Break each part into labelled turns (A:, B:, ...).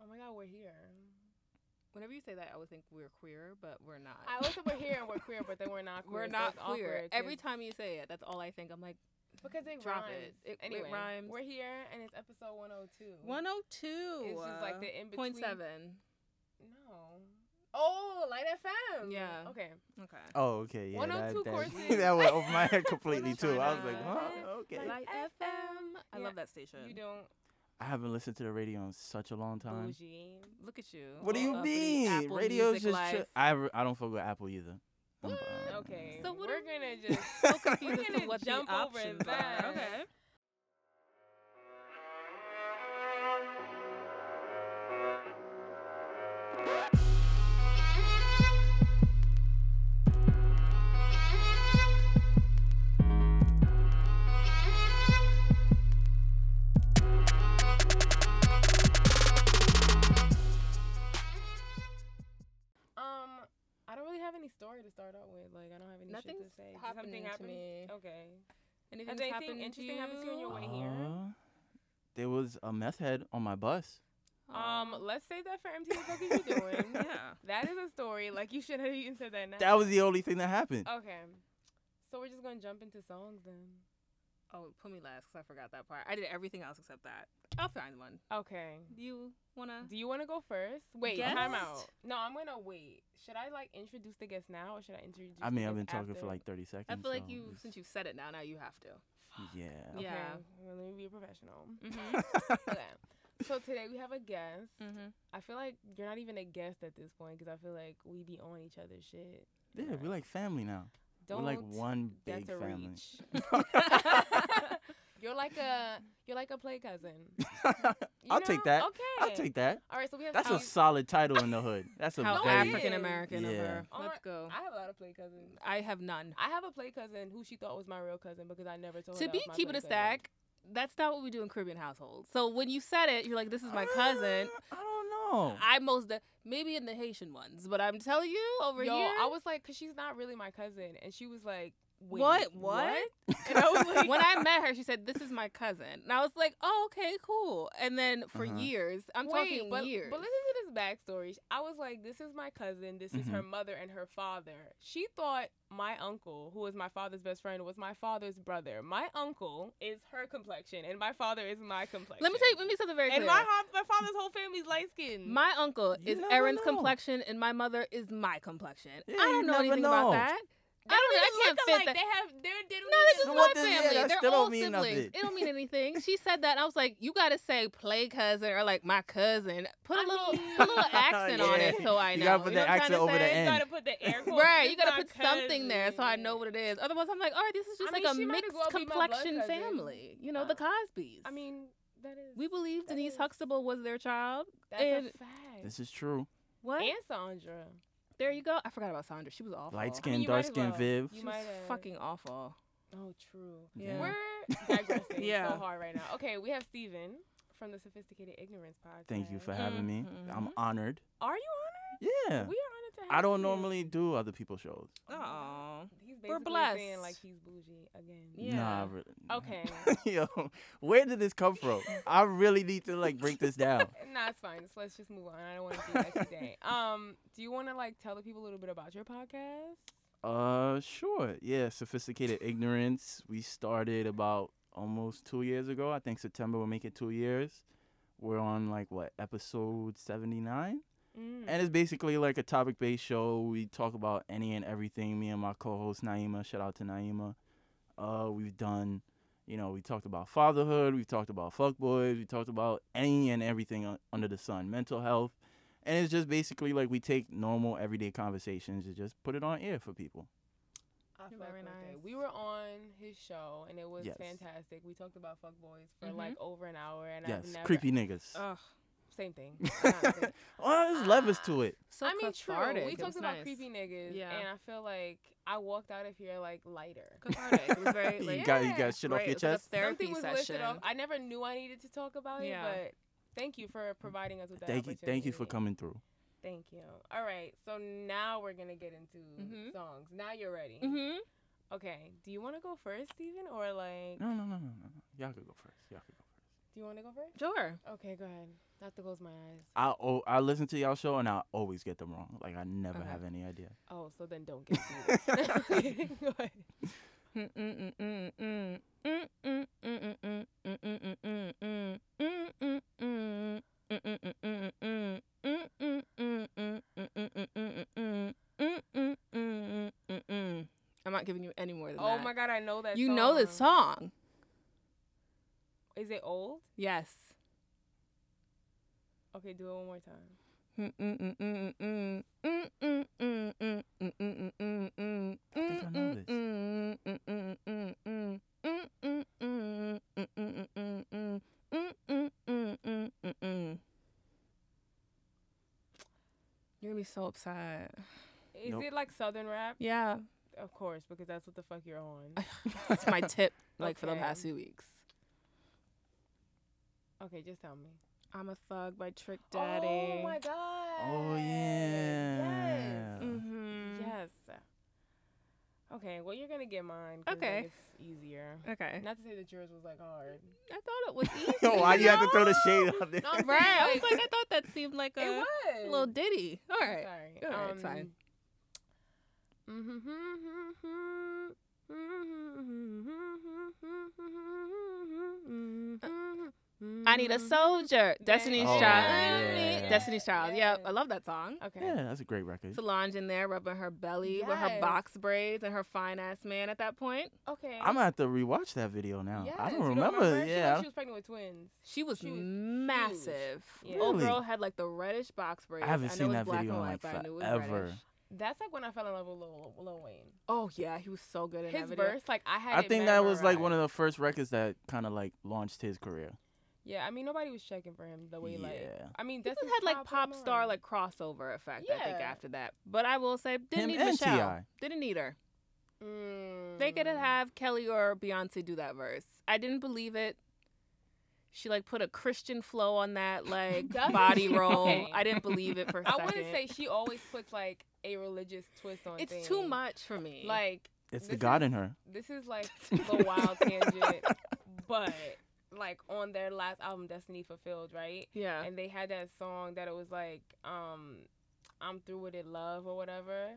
A: Oh here.
B: Whenever you say that, I always think we're queer, but we're not.
A: I always think we're here and we're queer, but then we're not queer.
B: we're
A: so
B: not
A: it's awkward
B: queer.
A: 'cause-
B: Every time you say it, that's all I think. I'm like,
A: because it
B: drop
A: rhymes.
B: it. It- it
A: anyway,
B: rhymes. oh
A: We're here and it's episode 102.
C: 102.
A: It's just like the in between.
B: point seven.
A: No. Oh, Light FM.
B: Yeah.
A: Okay.
C: Okay.
D: Oh, okay, yeah.
A: 102
D: That,
A: courses.
D: that, that went over my head completely too. I was like,
B: China.
D: huh? Okay.
A: Like FM.
C: I
A: Yeah.
C: love that station.
A: You don't.
D: I haven't listened to the radio in such a long time.
A: Bougie.
B: Look at you.
D: What do you
B: All up in
D: mean?
B: Apple
D: Radio's
B: Music
D: just. tri-
B: life.
D: I re- I don't fuck with Apple either. I'm- I'm-
A: Okay.
B: So
A: So
B: what
A: we're
B: are-
A: gonna just.
B: so confused
A: We're
B: as to
A: gonna
B: what the
A: jump over
B: options
A: that.
B: are.
A: Okay. Um, I don't really have any story to start out with. Like, I don't have any shit
B: Nothing's
A: to say. Did
B: happening
A: something
B: to
A: happen?
B: me.
A: Okay.
B: Anything's
A: Has anything
B: happened to
A: interesting happened to you in your way here?
D: Uh, there was a meth head on my bus.
A: Um, let's save that for MTV. Fuck is you doing?
C: yeah.
A: That is a story. Like, you should have even said that now.
D: That was the only thing that happened.
A: okay. So we're just gonna jump into songs then.
B: Oh, put me last because I forgot that part. I did everything else except that. I'll find one.
A: Okay.
B: You wanna?
A: Do you want to go first? Wait,
B: Guest?
A: time out. No, I'm gonna wait. Should I like introduce the guest now, or should I introduce?
D: I mean,
A: the
D: I've been
A: guest
D: talking
A: after?
D: for like 30 seconds.
B: I feel like
D: so
B: you,
D: it's-
B: since you said it now, now you have to.
D: Yeah.
A: Okay,
B: Yeah.
A: well, let me be professional.
B: Mm-hmm.
A: okay. So today we have a guest.
B: mm-hmm.
A: I feel like you're not even a guest at this point because I feel like we be on each other's shit.
D: Yeah, we're like family now.
A: Don't.
D: we're like one big
A: that's a
D: family.
A: reach. you're like a you're like a play cousin. You
D: I'll take that.
A: Okay.
D: I'll take that.
A: All right, so we have.
D: That's
A: how
D: a solid title in the hood. That's a
B: How
A: Afri-
D: very
B: African American of
D: Yeah.
B: her.
A: Oh
B: Let's
A: my-
B: go.
A: I have a lot of play cousins.
B: I have none.
A: I have a play cousin who she thought was my real cousin because I never told her.
B: to
A: that
B: be
A: was my
B: keep it
A: play
B: a
A: cousin.
B: stack, that's not what we do in Caribbean households. So when you said it, you're like, "This is my cousin."
D: Uh, I don't know.
B: I most de- maybe in the Haitian ones, but I'm telling you over
A: Yo,
B: here.
A: I was like, because she's not really my cousin, and she was like, Wait,
C: What? What?
A: And I was like,
B: when I met her, she said, "This is my cousin," and I was like, "Oh, okay, cool." And then for
D: Uh-huh.
B: years, I'm talking
A: but,
B: years.
A: But listen to this backstory. I was like, this is my cousin. This is her mother and her father. She thought my uncle, who was my father's best friend, was my father's brother. My uncle is her complexion, and my father is my complexion.
B: let me tell you. Let me say something very
A: And
B: clear.
A: my, ho- my father's whole family's light skinned.
B: My uncle
D: You
B: is
D: never
B: Aaron's
D: know.
B: complexion, and my mother is my complexion.
D: Yeah,
B: I don't
D: you
B: know
D: never
B: anything
D: know.
B: about that.
A: they don't
B: I
A: even look
B: don't know. I
A: alike.
B: can't fit that.
A: They have they're diddly.
B: No, this is my
D: So what does- yeah,
B: family.
D: that
B: They're
D: still don't
B: all
D: mean
B: siblings.
D: nothing.
B: It don't mean anything. She said that. And I was like, you gotta say play cousin or like my cousin. Put a
A: I
B: little,
A: mean-
B: put a little accent on it
D: Yeah.
B: so I know.
D: You gotta put
B: know
D: that
B: what I'm
D: accent
B: trying to
D: over the
B: say?
D: end.
A: You gotta put the air quotes.
B: Right, you
A: This
B: gotta
A: my
B: put something there so I
A: cousin.
B: know what it is. Otherwise, I'm like, all right, this is just
A: I
B: like
A: mean,
B: a
A: she might as
B: mixed
A: well be my blood
B: complexion
A: cousin. Uh,
B: family. You know, the Cosbys.
A: I mean, that is
B: we believe
A: that
B: Denise
A: is-
B: Huxtable was their child.
A: that's
B: and
A: a fact.
D: This is true.
B: what?
A: and Sandra.
B: there you go. I forgot about Sandra. She was awful.
D: Light
A: I mean,
D: skin,
A: you might
D: dark
A: as
D: skin,
A: well.
D: Viv.
A: You
B: She
A: might
B: was
A: have.
B: fucking awful.
A: Oh, true.
B: Yeah.
A: We're digressing
C: Yeah.
A: so hard right now. Okay, we have Steven from the Sophisticated Ignorance podcast.
D: Thank you for having me. I'm
B: Mhm.
D: honored.
A: Are you honored?
D: Yeah.
A: We are honored to have
D: I don't
A: you.
D: normally do other people's shows.
B: Oh,
A: He's basically
B: We're
A: saying
B: blessed.
A: like he's bougie again.
B: Yeah.
D: Nah, really.
A: Okay.
D: Yo, where did this come from? I really need to like break this down.
A: nah, it's fine. So let's just move on. I don't want to do that today. Um, do you want to like tell the people a little bit about your podcast?
D: Uh, sure. Yeah, sophisticated ignorance. We started about almost two years ago. I think September will make it two years. We're on like what episode seventy nine,
A: Mm.
D: and it's basically like a topic based show. We talk about any and everything. Me and my co-host Naima. Shout out to Naima. Uh, we've done. You know, we talked about fatherhood. We've talked about fuckboys. We talked about any and everything un- under the sun. Mental health. And it's just basically like we take normal everyday conversations and just put it on air for people.
A: I
B: You're
A: fuck
B: very
A: with it.
B: nice.
A: We were on his show and it was
D: Yes.
A: fantastic. We talked about fuckboys for
B: Mhm.
A: like over an hour and I've
D: Yes,
A: never Oh,
D: creepy niggas.
B: Ugh.
A: same thing. Honestly.
D: oh, there's levels to it.
B: So
A: I mean,
B: cathartic.
A: true. We
B: It
A: talked
B: was
A: about
B: nice.
A: creepy niggas,
B: Yeah.
A: and I feel like I walked out of here like lighter.
B: cathartic. It was very,
D: You
B: like,
D: got- you got shit off
B: great.
D: your
B: It was like a
D: chest?
B: therapy
A: Something was lifted
B: session.
A: off. I never knew I needed to talk about
B: Yeah.
A: it, but thank you for providing us with that.
D: Thank you, thank you for
A: opportunity.
D: coming through.
A: Thank you. All right, so now we're gonna get into
B: Mhm.
A: songs. Now you're ready.
B: Mm-hmm.
A: Okay. Do you want to go first, Steven, or like,
D: No, no, no, no, no. no. Y'all could go first. Y'all could go first.
A: do you want to go first?
B: Sure.
A: Okay, go ahead. Not to close my eyes.
D: I oh, I listen to y'all show and I always get them wrong. Like I never
B: Okay.
D: have any idea.
A: Oh, so then don't get sued. Go ahead.
B: I'm not giving you any more than
A: Oh
B: that.
A: my god, I know that.
B: You know this song.
A: Is it old?
B: Yes.
A: Okay, do it one more time.
B: You're gonna be so upset.
A: Is
D: Nope.
A: it like southern rap?
B: Yeah,
A: Of course, because that's what the fuck you're on.
B: that's my tip. Like for the
A: Okay.
B: past two weeks.
A: Okay, just tell me.
B: I'm a thug by Trick Daddy.
A: Oh my god.
D: Oh yeah.
A: Yes.
B: Mm-hmm.
A: Yes. Okay, well you're gonna get mine. 'cause, like,
B: Okay.
A: it's easier.
B: Okay.
A: Not to say that yours was like hard.
B: I thought it was easy.
D: Yo, why you have to throw the
A: No.
D: shade out there?
A: No, I'm
B: Right. I
A: saying,
B: was like, I thought that seemed like
A: it
B: a
A: was
B: little ditty. All
A: I'm
B: right.
A: Sorry.
B: All right, it's fine.
A: Um,
B: I need a
A: Mm-hmm.
B: soldier. Destiny's
D: Oh,
B: Child.
D: yeah.
B: Destiny's Child. Yep.
A: Yes.
B: I love that song.
A: Okay.
D: Yeah, that's a great record.
B: Solange in there rubbing her belly with her
A: Yes.
B: box braids and her fine ass man at that point.
A: Okay.
D: I'm gonna have to rewatch that video now.
A: Yes,
D: I
A: you
D: don't remember.
A: She,
D: Yeah.
A: She was pregnant with twins.
B: She was
A: She was
B: massive.
A: Yeah.
B: Old
D: Really?
B: girl had like the reddish box braids.
D: I haven't
B: know
D: seen
B: it's
D: that
B: black
D: video in
B: and
D: like
B: white, but I knew it was
D: forever.
B: reddish.
A: That's like when I fell in love with Lil, Lil Wayne.
B: Oh yeah, he was so good in that
A: His
B: video.
A: verse, like I had.
D: I
A: it
D: think that was like one
A: memorized.
D: of the first records that kind of like launched his career.
A: Yeah, I mean nobody was checking for him the way like.
D: Yeah.
A: I mean,
B: This
A: that's
B: had like pop star like crossover effect. I think
A: Yeah.
B: after that, but I will say didn't
D: Him
B: need
D: and
B: Michelle.
D: T.I..
B: Didn't need her.
A: Mm.
B: They could have Kelly or Beyonce do that verse. I didn't believe it. She like put a Christian flow on that like
A: Doesn't
B: body
A: she?
B: roll.
A: Okay.
B: I didn't believe it for a
A: I
B: second.
A: wouldn't say she always puts like a religious twist on.
B: it's
A: things.
B: too much for me.
A: Like
D: It's the
A: This
D: God
A: is-
D: in her.
A: this is like the wild tangent, but like on their last album, Destiny Fulfilled, right?
B: yeah,
A: And they had that song that it was like, um, I'm through with it, love or whatever.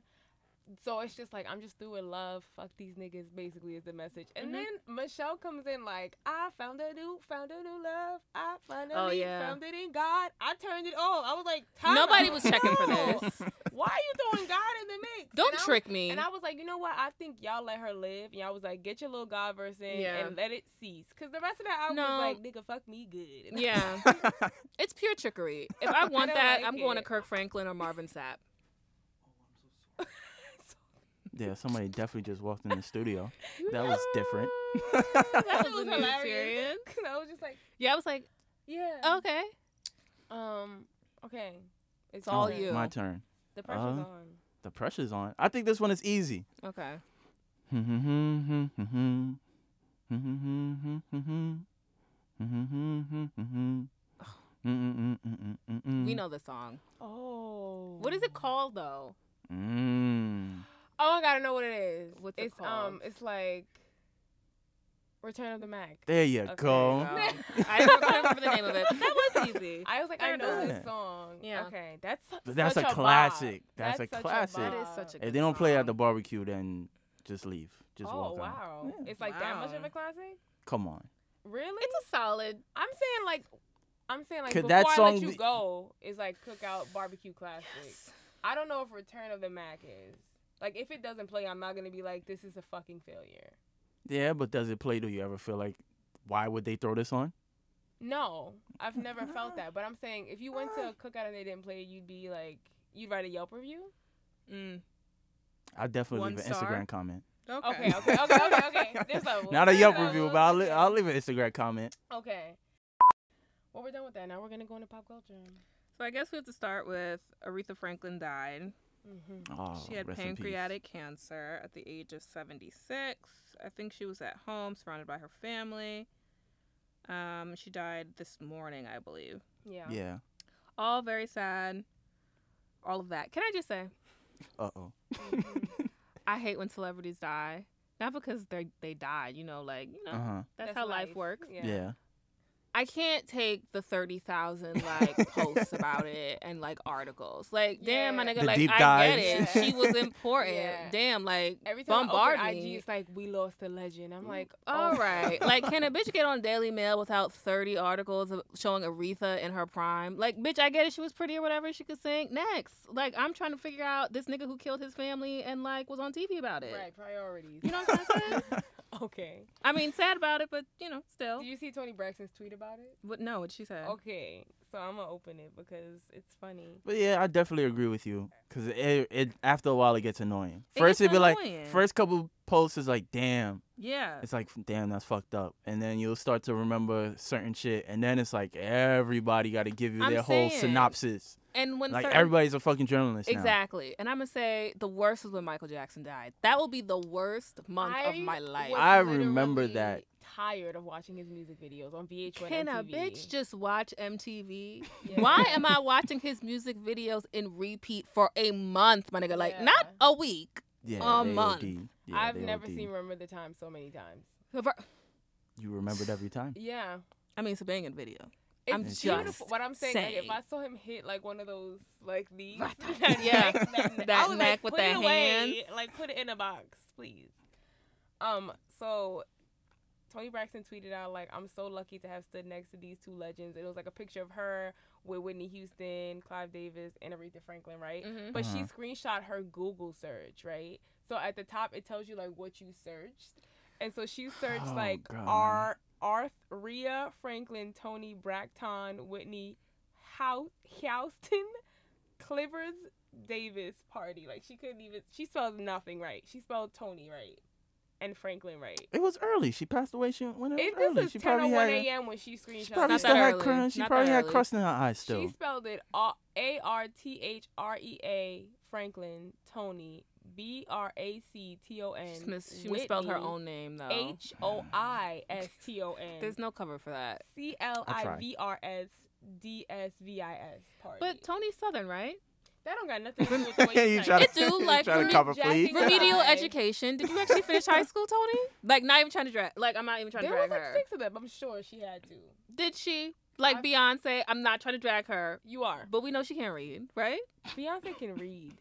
A: So it's just like I'm just through with love. Fuck these niggas, basically is the message. And
B: Mhm.
A: then Michelle comes in like, I found a new, found a new love. I found
B: Oh,
A: a new
B: yeah.
A: found it in God. I turned it on. I was like, time
B: nobody
A: out.
B: was checking for
A: No.
B: this.
A: Why are you throwing God in the mix?
B: Don't
A: And I was
B: trick me.
A: and I was like, you know what? I think y'all let her live. And y'all was like, get your little God verse in
B: Yeah.
A: and let it cease. Because the rest of that album was
B: No.
A: like, nigga, fuck me good. And
B: yeah, it's pure trickery. If I want
A: don't
B: that,
A: like
B: I'm going to
A: it.
B: Kirk Franklin or Marvin Sapp.
D: Yeah, somebody definitely just walked in the studio. That was different.
B: That
A: It
B: was
A: was
B: a new
A: hilarious.
B: experience.
A: I was just like,
B: Yeah, I was like,
A: yeah.
B: okay. Oh.
A: Um, okay. It's
B: all
A: your turn.
B: you.
D: My turn.
A: The pressure's
D: Oh, Uh-huh.
A: on.
D: The pressure's on. I think this one is easy.
B: Okay. We
D: We
B: know the song.
A: Oh.
B: What is it called though?
D: Mm.
A: Oh, I gotta know what it is.
B: What's it
A: it's um,
B: called?
A: it's like Return of the Mac.
D: There you
A: Okay,
D: go.
B: Um, I don't remember the name of it. But that was easy.
A: I was like,
B: Fair
A: I know
D: enough.
A: this song.
B: Yeah.
A: Okay, that's su-
D: But that's
A: such
D: a
A: bop.
D: classic. That's a
A: such
D: classic.
A: bop.
B: That is such a
D: If
B: good
D: they don't play at the
B: song.
D: barbecue, then just leave. Just
A: oh
D: walk out.
A: wow,
D: Yeah.
A: it's like that much of
B: Wow.
A: a classic.
D: Come on.
A: Really?
B: It's a solid.
A: I'm saying like, I'm saying like
D: Could
A: before
D: that
A: I
D: song
A: let you
D: be-
A: go is like cookout barbecue classic. I don't know if Return of the Mac is like if it doesn't play, I'm not gonna be like this is a fucking failure.
D: Yeah, but does it play? Do you ever feel like, why would they throw this on?
A: No, I've never felt that. But I'm saying if you went to a cookout and they didn't play, it, you'd be like, you'd write a Yelp review.
B: Mm.
D: I definitely
B: One
D: leave an
B: star?
D: Instagram comment.
A: Okay, okay, okay, okay, okay. There's levels.
D: Not a
A: There's
D: Yelp
A: levels.
D: review, but I'll, li-
A: Okay.
D: I'll leave an Instagram comment.
A: Okay. Well, we're done with that. Now we're gonna go into pop culture.
B: So I guess we have to start with Aretha Franklin died.
A: Mm-hmm.
D: Oh,
B: she had
D: rest in peace.
B: pancreatic cancer at the age of 76. I think she was at home, surrounded by her family. Um, she died this morning, I believe.
A: Yeah.
D: Yeah.
B: All very sad. All of that. Can I just say,
D: Uh oh.
A: Mhm.
B: I hate when celebrities die. Not because they they died, you know, like you know
D: Uh huh.
B: that's, how life, works.
D: Yeah.
B: I can't take the thirty thousand like posts about it and like articles. Like, damn, my
A: Yeah.
B: nigga,
D: The
B: like
D: deep
B: I get it.
A: dives.
B: She was important.
A: Yeah.
B: Damn, like
A: Every time
B: bombard
A: I open
B: me.
A: IG, it's like we lost the legend. I'm like,
B: All
A: oh.
B: right, like can a bitch get on Daily Mail without thirty articles of showing Aretha in her prime? Like, bitch, I get it. She was pretty or whatever. She could sing. Next, like I'm trying to figure out this nigga who killed his family and like was on TV about it.
A: Right, priorities.
B: You know what I'm trying to say?
A: okay.
B: I mean, sad about it, but you know, still.
A: Did you Oh. see Tony Braxton's tweet about it?
E: What? No, what she said.
A: Okay, so I'm gonna open it because it's funny.
D: But yeah, I definitely agree with you because it, it after a while it gets annoying.
E: It
D: First
E: gets
D: it'd be
E: annoying.
D: like first couple posts is like damn,
E: Yeah.
D: it's like damn that's fucked up, and then you'll start to remember certain shit, and then it's like everybody got to give you
B: I'm
D: their whole
B: saying,
D: synopsis.
B: And when
D: Like
B: certain-
D: everybody's a fucking journalist now.
B: Exactly. And I'm going to say the worst was when Michael Jackson died. That will be the worst month of
A: I
B: my life.
A: was
D: I remember
A: literally
D: that.
A: Tired of watching his music videos on VH1.
B: Can a
A: MTV.
B: bitch just watch MTV?
A: Yeah.
B: Why am I watching his music videos in repeat for a month, my nigga? Like,
A: Yeah.
B: not a week.
D: Yeah,
B: A
D: they
B: month.
D: OD. Yeah,
A: I've
D: they
A: never
D: OD.
A: seen Remember the Time so many times.
D: You remembered every time.
A: Yeah,
B: I mean, it's a banging video.
A: it's
B: I'm
A: beautiful.
B: just
A: What I'm saying, like,
B: saying.
A: if I saw him hit like one of those, like these,
B: Yeah.
A: neck, that,
B: That
A: I was
B: neck
A: like,
B: with
A: put
B: that
A: it away.
B: hands.
A: like put it in a box, please. Um, so Tony Braxton tweeted out like, "I'm so lucky to have stood next to these two legends." It was like a picture of her with Whitney Houston, Clive Davis, and Aretha Franklin, right?
B: Mhm.
A: But
D: Uh-huh.
A: she screenshot her Google search, right? So at the top it tells you like what you searched. And so she searched
D: Oh,
A: like
D: God.
A: R Arth Rhea Franklin, Tony Braxton, Whitney Hou- Houston, Clivers Davis party. Like she couldn't even she spelled nothing right. She spelled Tony right and Franklin right.
D: It was early. She passed away. She when it
A: It,
D: was early.
A: this
D: She
A: is ten oh
D: probably
A: one
D: had.
A: AM when she screenshot.
D: She probably
B: Not
D: still
B: that
D: had
B: early.
D: crun- She
B: Not that
D: probably had
B: early.
D: crust in her eyes still.
A: She spelled it A R T H R E A Franklin Tony B R A C T O N.
B: She, mis- she misspelled her own name, though.
A: H O I S T O N.
B: There's no cover for that.
A: C L
D: I
A: I
D: tried.
A: V R S D S V I S party.
B: But Tony's Southern, right?
A: that don't got nothing to do with the
D: Yeah,
A: way you
D: you try
A: type
B: It
A: it.
B: do, like,
D: try to
B: remi-
D: cover
A: jacking
D: please.
A: Yeah.
B: Remedial
A: Hi.
B: education. Did you actually finish high school, Tony? Like, not even trying to drag. Like, I'm not even trying
A: There
B: to drag
A: was like
B: her.
A: six of them. I'm sure she had to.
B: Did she? Like
A: I-
B: Beyonce, I'm not trying to drag her,
A: You are.
B: but we know she can't read, right?
A: Beyonce can read.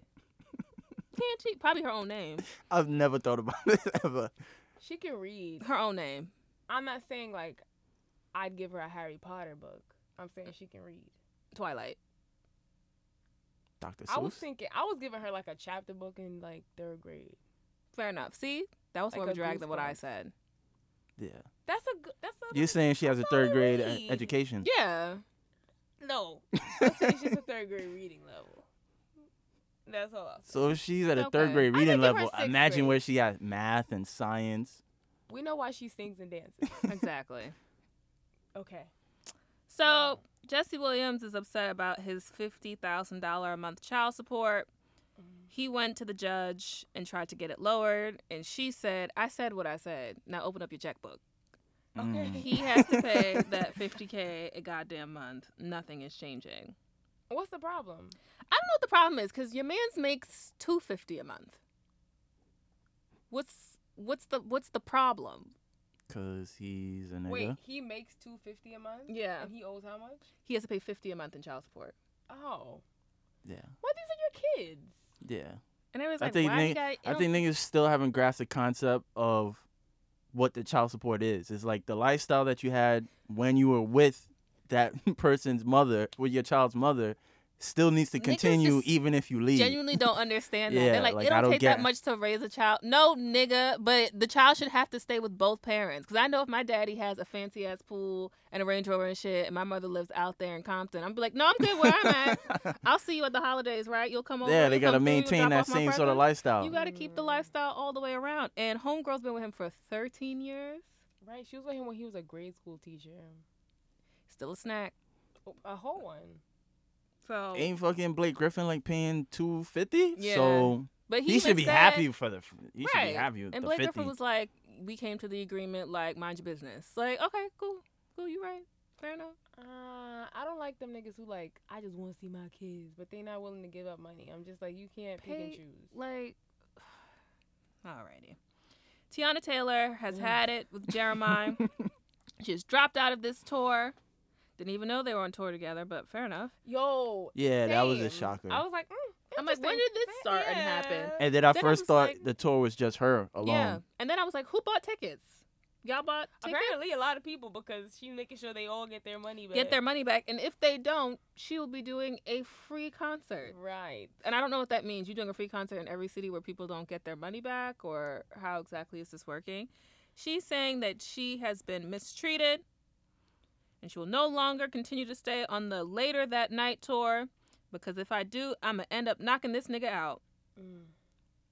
B: Can't she? Probably her own name.
D: I've never thought about this ever.
A: She can read.
B: Her own name.
A: I'm not saying like I'd give her a Harry Potter book. I'm saying she can read.
B: Twilight.
D: Dr. Seuss.
A: I was thinking I was giving her like a chapter book in like third grade.
B: Fair enough. See, that was
A: Like
B: more
A: a
B: of a drag than what I
A: goosebumps.
B: said.
D: yeah.
A: That's a good. That's a.
D: You're saying she has a
A: that's
D: third
A: all
D: grade
A: I
D: e-
A: need.
D: education.
B: Yeah.
A: No, I'm saying she's a third grade reading level. That's all. I'm saying.
D: So if she's at a third
B: Okay.
D: grade
A: I
D: reading
A: think give her
D: level,
A: sixth
D: imagine
A: grade.
D: where she at math and science.
A: we know why she sings and dances.
B: Exactly.
A: Okay.
B: So
A: Yeah.
B: Jesse Williams is upset about his fifty thousand dollar a month child support.
A: Mm.
B: He went to the judge and tried to get it lowered, and she said, "I said what I said. Now open up your checkbook."
D: Mm.
E: He has to pay that 50k a goddamn month. Nothing is changing.
A: What's the problem?
B: I don't know what the problem is because your man's makes two fifty a month. What's what's the what's the problem?
D: Cause he's a nigga.
A: Wait, he makes two fifty a month.
B: Yeah.
A: And he owes how much?
B: He has to pay fifty a month in child support.
A: Oh,
D: Yeah.
A: well, these are your kids.
D: Yeah.
B: And I was
D: I
B: like,
D: think
B: why
D: they-
B: you got?
D: I think niggas still haven't grasped the concept of what the child support is. It's like the lifestyle that you had when you were with that person's mother, with your child's mother, still needs to
B: Niggas
D: continue
B: just
D: even if you leave.
B: genuinely don't understand that.
D: Yeah,
B: They're like,
D: like,
B: it
D: I
B: don't,
D: don't
B: take
D: get-
B: that much to raise a child. No, nigga, but the child should have to stay with both parents. Because I know if my daddy has a fancy ass pool and a Range Rover and shit, and my mother lives out there in Compton, I'm be like, no, I'm good where I'm at. I'll see you at the holidays, right? You'll come over.
D: yeah,
B: you'll
D: they gotta
B: come through, you'll
D: maintain
B: drop
D: that
B: off my
D: same sort of
B: presents.
D: lifestyle.
B: You gotta keep the lifestyle all the way around. And homegirl's been with him for 13 years.
A: Right. She was with him when he was a grade school teacher.
B: Still a snack.
A: A whole one.
E: So
D: Ain't fucking Blake Griffin like paying two fifty?
B: Yeah.
D: So
B: But
D: he,
B: he,
D: should
B: even
D: be
B: said-
D: happy for the. He should be
B: Right.
D: happy with
B: And
D: the
B: Blake
D: fifty.
B: Griffin was like, we came to the agreement, like, mind your business. Like, okay, cool. Cool, you right. Fair enough.
A: Uh, I don't like them niggas who like I just want to see my kids, but they not willing to give up money. I'm just like you can't pick and
B: Pay-
A: choose.
B: Like, alrighty. Tiana Taylor has
A: Ugh.
B: had it with Jeremiah. She was dropped out of this tour. Didn't even know they were on tour together, but fair enough.
A: Yo,
D: Yeah, that was a
A: same.
D: shocker.
A: I was like, mm,
B: I'm like, when
A: interesting.
B: did this start and happen?
A: Yeah.
D: and then I
B: then I
D: first
B: was
D: thought
B: like-
D: the tour was just her alone.
B: Yeah. And then I was like, who bought tickets? Y'all bought tickets?
A: Apparently, a lot of people because she's making sure they all get their money back.
B: Get their money back. And if they don't, she will be doing a free concert.
A: right.
B: And I don't know what that means. You're doing a free concert in every city where people don't get their money back, or how exactly is this working? She's saying that she has been mistreated and she will no longer continue to stay on the later that night tour because if I do, I'm going to end up knocking this nigga out.
A: Mm,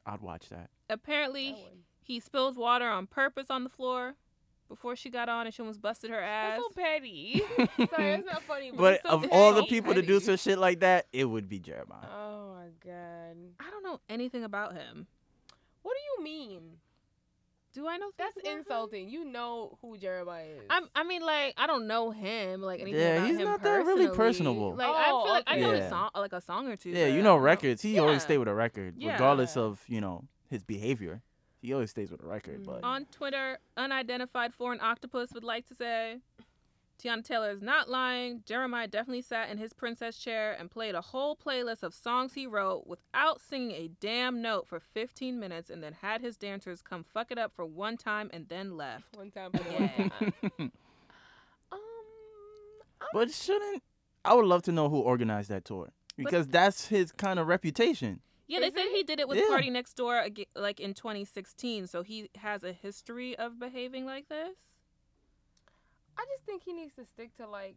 D: I'd watch that.
A: That
B: Apparently,
A: one.
B: he spilled water on purpose on the floor before she got on and she almost busted her ass.
A: That's so petty. Sorry, that's not funny. But,
D: But
A: it's so
D: of all the
A: petty.
D: people to do some shit like that, it would be Jeremiah.
A: Oh my god.
B: I don't know anything about him.
A: What do you mean?
B: Do I know things
A: That's
B: about him?
A: insulting. You know who Jeremiah is.
B: I'm, I mean, like, I don't know him, like anything
D: Yeah,
B: about
D: he's
B: him
D: not that really
B: personally.
D: personable.
B: Like, I
A: Oh,
B: feel like I know
D: okay.
B: his song, like a song or two. but
D: yeah,
B: I
D: you know
B: don't
D: records. He
B: Yeah.
D: always stay with a record,
B: Yeah.
D: regardless of you know his behavior. He always stays with a record.
A: Mm.
D: But
B: On Twitter, unidentified foreign octopus would like to say, Tiana Taylor is not lying. Jeremiah definitely sat in his princess chair and played a whole playlist of songs he wrote without singing a damn note for 15 minutes, and then had his dancers come fuck it up for one time and then left.
A: one time for the
B: Yeah.
A: one time. Um,
D: but shouldn't I would love to know who organized that tour because that's his kind of reputation.
B: Mm-hmm. Yeah, they
A: Is
B: said he did it with
D: Yeah.
B: Party Next Door aga- like in 2016, so he has a history of behaving like this.
A: I just think he needs to stick to like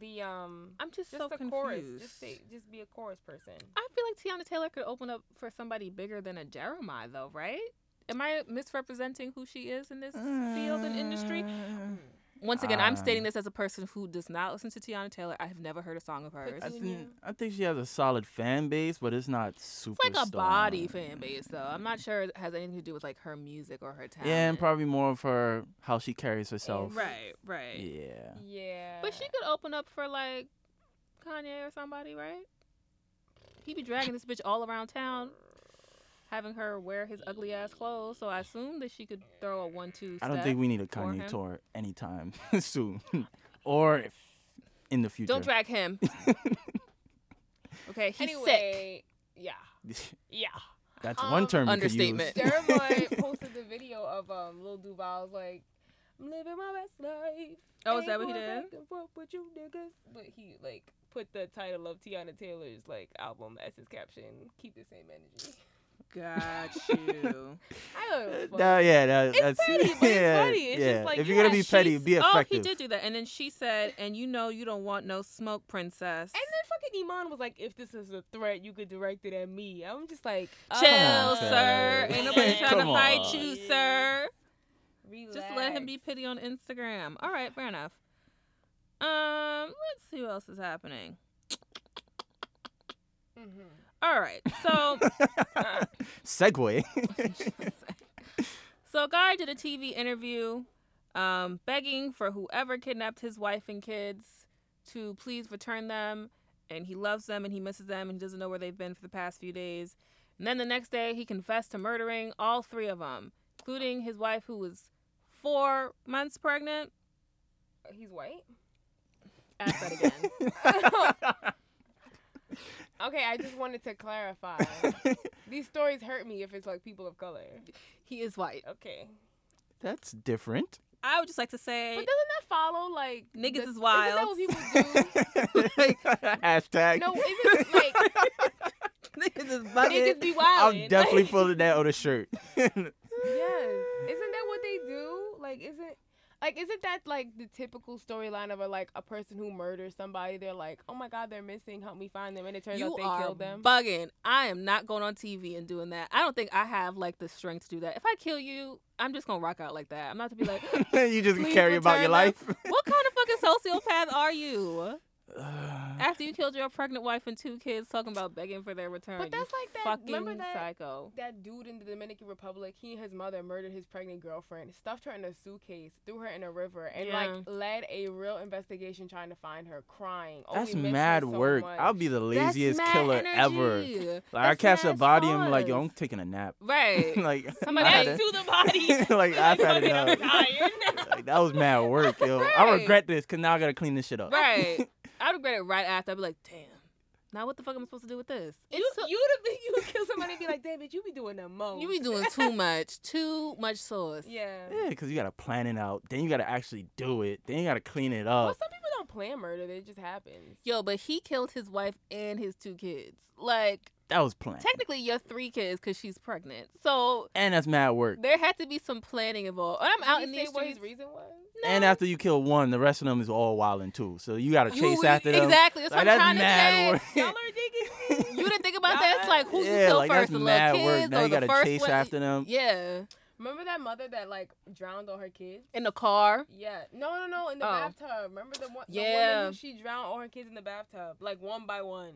A: the um
B: I'm just,
A: just
B: so
A: the
B: confused.
A: chorus. Just say, just be a chorus person.
B: I feel like Tiana Taylor could open up for somebody bigger than a Jeremiah, though, right? Am I misrepresenting who she is in this field and industry?
D: Uh,
B: Once again, I'm stating
D: Um,
B: this as a person who does not listen to Tiana Taylor. I have never heard a song of hers.
D: I
A: Petunia.
B: It's
D: think I think she has a solid fan base, but it's not super.
B: like a body fan base, though. I'm not sure it has anything to do with like her music or her talent.
D: Yeah, and probably more of her how she carries herself.
E: Right, right.
D: Yeah.
A: Yeah.
B: But she could open up for like Kanye or somebody, right? He be dragging this bitch all around town, having her wear his ugly ass clothes. So I assume that she could throw a one-two.
D: I don't
B: step.
D: think we need a
B: for
D: Kanye
B: him.
D: tour anytime soon, or if in the future.
B: Don't drag him. okay, he's sick.
A: anyway. Yeah. Yeah.
D: That's one
A: Um,
D: term you
B: Understatement.
D: Could use.
A: Jeremiah posted the video of um Lil Duval's like. I'm living my best life.
B: Oh, is
A: Ain't
B: that what he
A: going
B: did?
A: back and forth with you niggas. But he like put the title of Tiana Taylor's like album as his caption. Keep the same energy.
E: Got you.
A: I thought it was funny.
D: No, yeah, that, that's
A: petty, but it's
D: yeah,
A: funny. It's just
D: yeah.
A: like,
D: if you're gonna
A: yeah,
D: be petty,
A: she's-
D: be
B: Oh,
D: effective.
B: he did do that. And then she said, "And you know you don't want no smoke, princess."
A: And then fucking Iman was like, if this is a threat, you could direct it at me. I'm just like, "Oh,
B: Chill,
D: on,
B: sir.
D: Taylor.
B: Ain't nobody trying
D: Come
B: to fight
D: on.
B: you, sir.
A: Relax.
B: Just let him be pity on Instagram. All right, fair enough. Um, let's see what else is happening.
A: Mm-hmm.
B: All right, so
D: Segway.
B: so a guy did a TV interview, um, begging for whoever kidnapped his wife and kids to please return them, and he loves them and he misses them and he doesn't know where they've been for the past few days. And then the next day, he confessed to murdering all three of them, including his wife who was four months pregnant.
A: He's white.
B: Ask that again.
A: Okay, I just wanted to clarify. These stories hurt me if it's like people of color.
B: he is white.
A: Okay,
D: that's different.
B: I would just like to say.
A: but doesn't that follow like
B: Niggas
A: the-
B: is wild.
A: Isn't that what people do?
D: Hashtag.
A: no, isn't like
B: Niggas is
A: niggas be wild?
D: I'm definitely pulling that on a shirt.
A: Yes. Isn't that what they do? Like, isn't like isn't that like the typical storyline of a like a person who murders somebody? They're like, oh my god, they're missing. Help me find them, and it turns
B: You
A: out they
B: are
A: killed them.
B: bugging. I am not going on TV and doing that. I don't think I have like the strength to do that. If I kill you, I'm just gonna rock out like that. I'm not to be like,
D: you just
B: Please
D: carry about your
B: return
D: life.
B: them. what kind of fucking sociopath are you?
D: Uh,
B: After you killed your pregnant wife and two kids, talking about begging for their return.
A: But
B: you
A: that's like that. remember
B: fucking
A: that
B: psycho.
A: that dude in the Dominican Republic? He and his mother murdered his pregnant girlfriend, stuffed her in a suitcase, threw her in a river, and
B: Yeah.
A: like led a real investigation trying to find her, crying. Oh,
B: Oh,
A: only
D: That's
A: missed her
D: mad
A: so
D: work.
A: much.
D: I'll be the
B: That's
D: laziest
B: mad
D: killer ever. Like
B: energy.
D: I
B: That's
D: catch a
B: mad
D: body, and I'm like, yo,
B: sauce.
D: I'm taking a nap.
B: Right.
D: like
B: Somebody
D: I
B: add
D: had
B: to
D: a-
B: the body.
D: like I've had
A: Fucking, I'm
D: enough.
A: tired.
D: Like that was mad work, yo. I
B: Right.
D: regret this because now I gotta clean this shit up.
B: right. I'd regret it right after. I'd be like, damn. Now what the fuck am I supposed to do with this?
A: You,
B: It's so-
A: you, the, you kill somebody and be like, David, you be doing the most.
B: you be doing too much. Too much sauce.
A: Yeah.
D: Yeah, because you gotta plan it out. Then you gotta actually do it. Then you gotta clean it up.
A: Well, some people don't plan murder; it just happens.
B: Yo, but he killed his wife and his two kids. Like,
D: that was planned.
B: technically, your three kids because she's pregnant. So
D: and that's mad work.
B: there had to be some planning involved. And I'm out
A: Did
B: in
A: he
B: these
A: say what his
B: streets.
A: reason was?
B: uh,
D: And after you kill one, the rest of them is all wilding too. So you gotta chase after them.
B: Exactly. That's
D: Like,
B: what I'm trying
D: that's mad
B: to say.
A: Y'all
D: work.
A: are digging.
B: You didn't think about that? It's like who you
D: yeah,
B: kill
D: like
B: first,
D: that's
B: the
D: mad
B: little
D: work.
B: kids
D: Now
B: or
D: you
B: the
D: gotta
B: first
D: chase
B: one?
D: after them.
B: Yeah,
A: Remember that mother that like drowned all her kids?
B: in the car.
A: Yeah. No, no, no. In the
B: Oh.
A: bathtub. Remember the one? The
B: Yeah.
A: woman who she drowned all her kids in the bathtub, like one by one.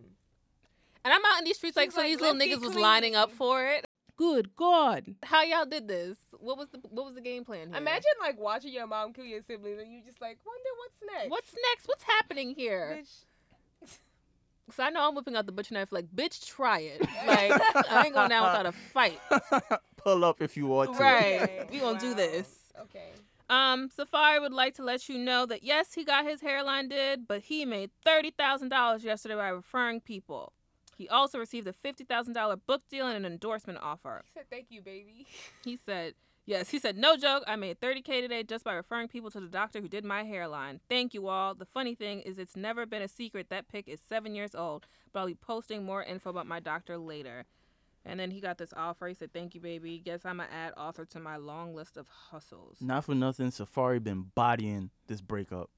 B: And I'm out in these streets like,
A: She's
B: so
A: like,
B: these little
A: "Let's
B: niggas
A: get
B: was lining up
A: clean."
B: for it.
E: Good God.
B: How y'all did this? What was the what was the game plan? Here?
A: Imagine like watching your mom kill your siblings, and you just like wonder what's next.
B: what's next? What's happening here?
A: Bitch.
B: Because I know I'm whipping out the butcher knife. Like, bitch, try it. Like, I ain't going down without a fight.
D: Pull up if you want to.
B: Right.
A: Okay,
B: we gonna do this.
A: Okay.
B: Um, Safari would like to let you know that yes, he got his hairline did, but he made thirty thousand dollars yesterday by referring people. He also received a fifty thousand dollar book deal and an endorsement offer.
A: He said thank you, baby.
B: He said, Yes, he said, No joke, I made 30K today just by referring people to the doctor who did my hairline. Thank you all. The funny thing is, it's never been a secret that pic is seven years old, but I'll be posting more info about my doctor later. And then he got this offer. He said, Thank you, baby. Guess I'm going to add author to my long list of hustles.
D: Not for nothing, Safari been bodying this breakup.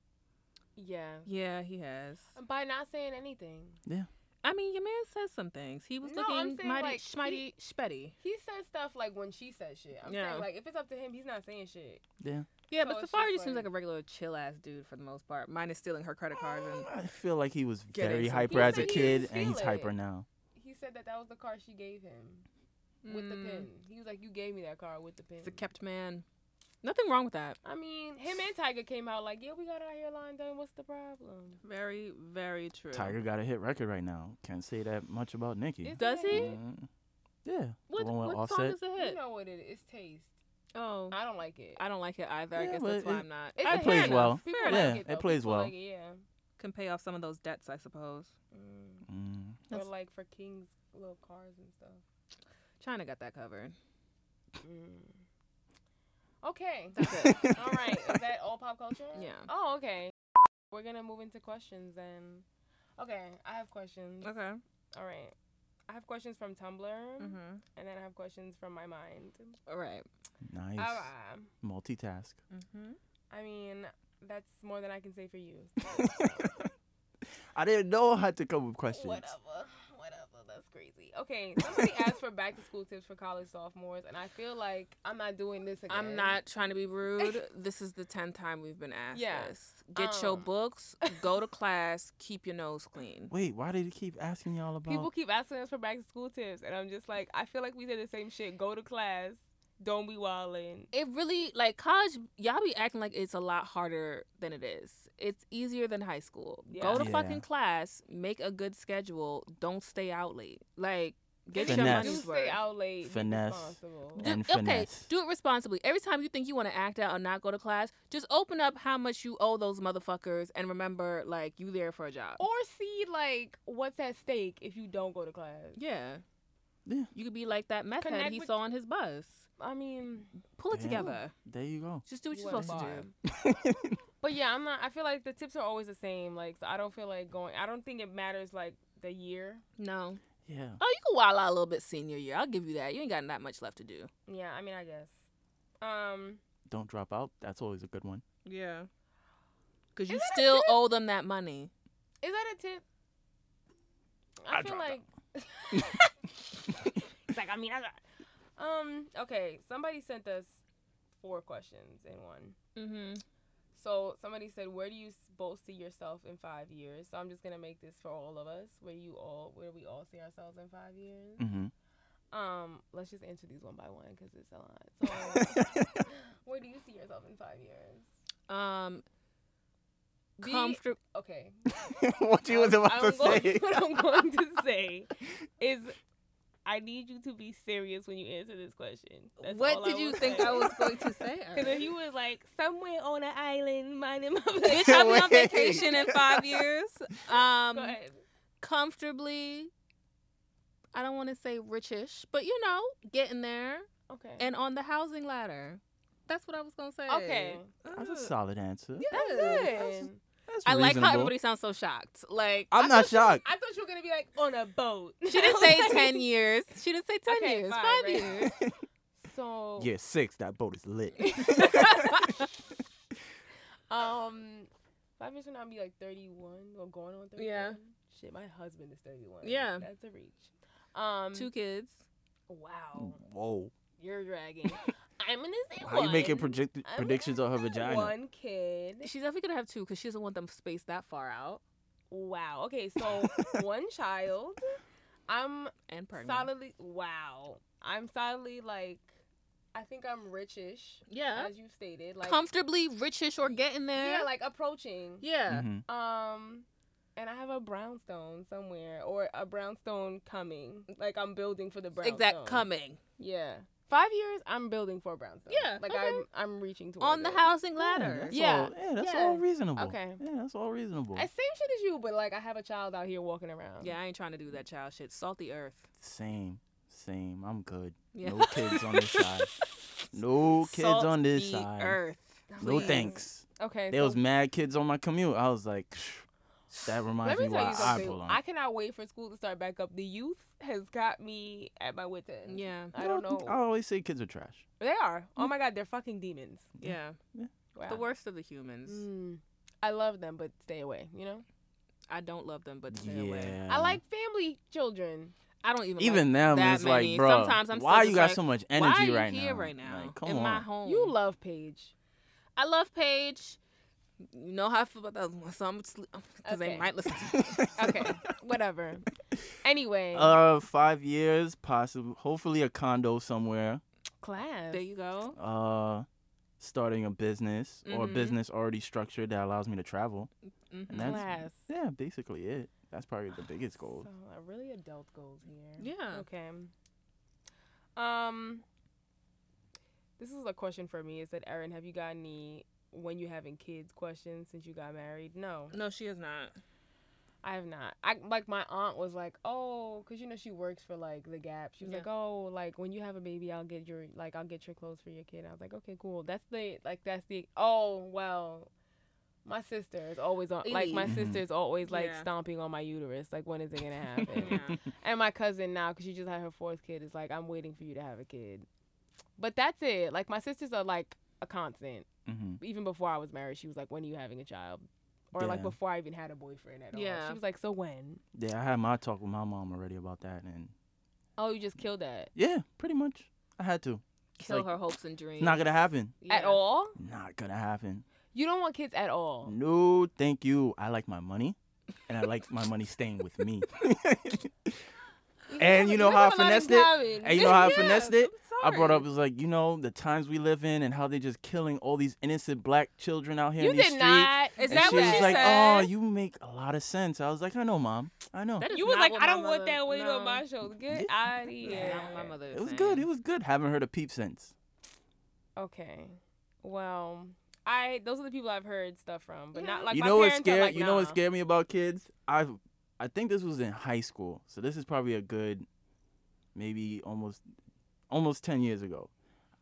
A: Yeah.
B: Yeah, he has.
A: By not saying anything.
B: I mean, your man says some things. He was
A: No, I'm
B: looking
A: saying,
B: mighty,
A: like,
B: schmighty, spetty.
A: He says stuff like when she says shit. I'm
B: Yeah.
A: saying like if it's up to him, he's not saying shit.
D: Yeah.
B: Yeah,
A: So
B: but
A: it's
B: Safari
A: just
B: just seems
A: like-
B: like a regular chill ass dude for the most part, minus stealing her credit cards and
D: I feel like he was
B: Get
D: very
B: it.
D: hyper
A: He
D: as a
A: said he didn't
D: kid, and he's
A: feel
D: hyper
A: it.
D: now.
A: He said that that was the car she gave him with the
B: Mm.
A: pin. He was like, "You gave me that car with the pin."
B: He's a kept man. Nothing wrong with that.
A: I mean, him and Tiger came out like, "Yeah, we got our hairline done. What's the problem?"
B: Very, very true.
D: Tiger got a hit record right now. Can't say that much about Nicki.
A: It's-
B: Does he?
D: Mm. Yeah. The
B: What,
D: one with
B: what
D: Offset.
B: song is it?
A: You know what it is? It's taste.
B: oh,
A: I don't like it.
B: I don't like it either. I
D: Yeah,
B: guess
D: but
B: that's why
D: it-
B: I'm not.
A: It's
B: I
A: a
D: It plays
A: hairline.
D: well.
A: People
B: Fair
A: like
D: enough.
A: it,
D: Yeah, it
A: though.
D: plays
A: People
D: well.
A: Like it, yeah.
B: Can pay off some of those debts, I suppose.
A: Mm.
D: Mm.
A: Or
B: That's-
A: like for King's little cars and stuff.
B: China got that covered.
A: Mm. Okay.
B: That's it.
A: all right. Is that all pop culture?
B: Yeah.
A: Oh, okay. We're gonna move into questions then. Okay, I have questions.
B: okay.
A: All right. I have questions from Tumblr,
B: Mm-hmm.
A: and then I have questions from my mind.
B: All right.
D: Nice.
A: All right.
D: Multitask.
B: Mm-hmm.
A: I mean, that's more than I can say for you.
D: I didn't know I had to come with questions.
A: Whatever. Whatever. That's crazy. Okay. Somebody asked for back to school tips for college sophomores, and I feel like I'm not doing this again.
B: I'm not trying to be rude. This is the tenth time we've been asked
A: Yeah.
B: this. Get your
A: Um.
B: books. Go to class. Keep your nose clean.
D: Wait, why did he keep asking y'all about?
A: People keep asking us for back to school tips, and I'm just like, I feel like we did the same shit. Go to class. Don't be wildin'.
B: it really like college y'all be acting like it's a lot harder than it is it's easier than high school
A: Yeah.
B: go to
D: Yeah.
B: fucking class make a good schedule don't stay out late like get your
D: Finesse.
A: Do
B: money's worth
A: stay out late.
D: Finesse.
A: Be responsible.
B: Do-
D: And
B: okay
D: finesse.
B: do it responsibly every time you think you want to act out or not go to class just open up how much you owe those motherfuckers and remember like you there for a job
A: Or see like what's at stake if you don't go to class.
B: yeah
D: Yeah.
B: you could be like that meth head
A: Connect
B: he
A: with-
B: saw on his bus
A: I mean,
B: pull it
D: Damn.
B: together
D: There you go.
B: just do what
A: you at
B: you're
A: a
B: supposed to
A: bar.
B: do
A: But yeah, I'm not. I feel like the tips are always the same. Like so I don't feel like going. I don't think it matters like the year.
B: no
D: Yeah.
B: oh you can wild out a little bit senior year i'll give you that you ain't got that much left to do
A: Yeah, I mean I guess. Um,
D: Don't drop out. That's always a good one.
E: Yeah.
B: Because you
A: Is that a
B: still
A: tip?
B: owe them that money.
A: is that a tip? I,
D: I
A: feel
D: dropped
A: like. it's like I mean I got. Um. Okay. Somebody sent us four questions in one.
B: Mm-hmm.
A: So somebody said, "Where do you s- both see yourself in five years?" So I'm just gonna make this for all of us. Where you all, where we all see ourselves in five years.
D: hmm
A: Um, let's just answer these one by one because it's a lot. So, where do you see yourself in five years?
B: Um,
A: Be-
B: comfortable.
A: Okay.
D: what you was about
A: I'm
D: to
A: going,
D: say?
A: What I'm going to say is, I need you to be serious when you answer this question. That's all
B: What
A: I
B: did you
A: will
B: think
A: say.
B: I was going to say?
A: Because if you was like somewhere on an island minding my business,
B: Bitch, I'll be on
D: Wait.
B: vacation in five years.
A: go
B: Um,
A: ahead.
B: comfortably. I don't want to say richish, but you know, getting there
A: Okay.
B: and on the housing ladder. That's what I was gonna say.
A: okay.
D: That's a solid answer.
A: That's good.
D: That's
B: I like how
D: reasonable.
B: everybody sounds so shocked. Like
D: I'm
A: I
D: not
A: thought you-
D: shocked.
A: I thought you were gonna be like on a boat.
B: she didn't say ten years. She didn't say ten
A: Okay,
B: years.
A: fine,
B: Five
A: right.
B: years.
A: So
D: Year six, that boat is lit.
A: um, five years from now, I'll be like thirty-one or going on thirty-one.
B: Yeah.
A: Shit, my husband is thirty-one.
B: Yeah.
A: That's a reach. Um.
B: Two kids.
A: wow.
D: Whoa.
A: You're dragging. I'm gonna say
D: How you making
A: one.
D: project-
A: I'm
D: predictions on her
A: gonna say
D: vagina?
A: One kid.
B: She's definitely gonna have two because she doesn't want them spaced that far out
A: Wow. Okay, so one child. I'm
B: and pregnant.
A: solidly wow. I'm solidly like I think I'm richish,
B: Yeah.
A: as you've stated. Like
B: Comfortably richish or getting there.
A: yeah, like approaching.
B: yeah.
D: Mhm.
A: Um, and I have a brownstone somewhere or a brownstone coming. Like I'm building for the brownstone.
B: Exact coming
A: Yeah. Five years, I'm building for a brownstone.
B: Yeah,
A: Like
B: okay.
A: I'm I'm reaching towards
B: on the
A: it.
B: housing
D: Yeah,
B: ladder.
D: that's
A: Yeah,
D: all, yeah, that's
A: yeah.
D: all reasonable.
A: Okay.
D: Yeah, that's all reasonable.
A: I same shit as you, but like I have a child out here walking around.
B: Yeah, I ain't trying to do that child shit. Salt the earth.
D: Same, same. I'm good.
B: Yeah.
D: No kids on this side. No kids
B: Salt
D: on this
B: the
D: side.
B: Earth.
D: No
B: please.
D: thanks.
A: Okay.
D: There
A: so
D: was mad kids on my commute. I was like, that
A: let
D: reminds
A: me
D: me,
A: tell
D: why
A: you
D: I
A: something.
D: belong.
A: I cannot wait for school to start back up. The youth has got me at my wit's end.
B: Yeah.
A: I don't know.
D: I always say kids are trash.
A: They are. Oh my god, they're fucking demons.
B: Yeah.
A: Wow.
B: The worst of the humans.
A: Mm. I love them, but stay away. You know,
B: I don't love them, but stay
D: yeah.
B: away.
A: I like family children.
B: I don't even.
D: even them.
B: that
D: It's
B: many.
D: like, bro,
B: Sometimes I'm
D: why
B: still
D: you
B: just
D: got
B: like,
D: so much
B: like,
D: energy
B: Why are you
D: right
B: here
D: now?
B: right now?
D: Like, come
B: in
D: on.
B: my home.
A: You love Paige.
B: I love Paige. You know how I feel about that one, so I'm because
A: Okay.
B: they might listen. to me.
A: Okay, whatever. Anyway,
D: Uh, five years, possibly, hopefully a condo somewhere.
A: class.
B: there you go.
D: Uh, starting a business or a
B: Mhm.
D: business already structured that allows me to travel.
B: Mhm.
A: Mm-hmm.
D: And that's
A: Class.
D: yeah, basically it. That's probably the biggest goal.
A: So, uh, really adult goals here.
B: Yeah.
A: Okay. Um, this is a question for me. It said, Erin, have you got any when you having kids questions since you got married? No,
E: No, she is not.
A: I have not. I like my aunt was like, oh, cause you know she works for like the Gap. She was
B: Yeah.
A: like, oh, like when you have a baby, I'll get your like I'll get your clothes for your kid. I was like, okay, cool. That's the like that's the oh well. My sister is always on, like my
B: Elite.
D: Mhm.
A: sister's always like
E: Yeah.
A: stomping on my uterus. Like when is it gonna
D: Oh.
A: happen?
E: Yeah.
A: And my cousin now, because she just had her fourth kid, is like, I'm waiting for you to have a kid. But that's it. Like, my sisters are like a constant.
D: hmm
A: Even before I was married, she was like, When are you having a child? Or like
D: Yeah.
A: before I even had a boyfriend at all.
B: Yeah.
A: She was like, So when?
D: Yeah, I had my talk with my mom already about that, and
A: Oh, you just killed that.
D: yeah, pretty much I had to.
B: Kill
D: like-
B: her hopes and dreams.
D: It's not gonna happen.
A: At
B: Yeah.
A: all?
D: Not gonna happen.
A: You don't want kids at all.
D: No, thank you. I like my money, and I like my money staying with me. and you know how I finessed it. And you know how I finessed it? I brought up it was like, you know, the times we live in and how they're just killing all these innocent black children out here
A: You
D: in these
A: did
D: streets.
A: not.
B: Is
D: and
B: that
D: she
B: what
D: was
B: she
D: like,
B: said?
D: "Oh, you make a lot of sense." I was like, "I know, mom. I know."
B: That is
A: You was
B: not
A: like,
B: what
A: I
B: my
A: don't want
B: mother-
A: that weight
B: no.
A: on my shoulders. Get
D: Yeah.
A: out of
B: That's
A: here.
B: not what my mother is
D: It was
B: saying.
D: good. It was good. Haven't heard a peep since.
A: Okay. Well, I those are the people I've heard stuff from, but not like
D: you
A: my
D: know what
A: parents are
D: scared?
A: like,
D: you know what
A: nah.
D: scared me about kids? I, I think this was in high school, so this is probably a good, maybe almost, almost ten years ago.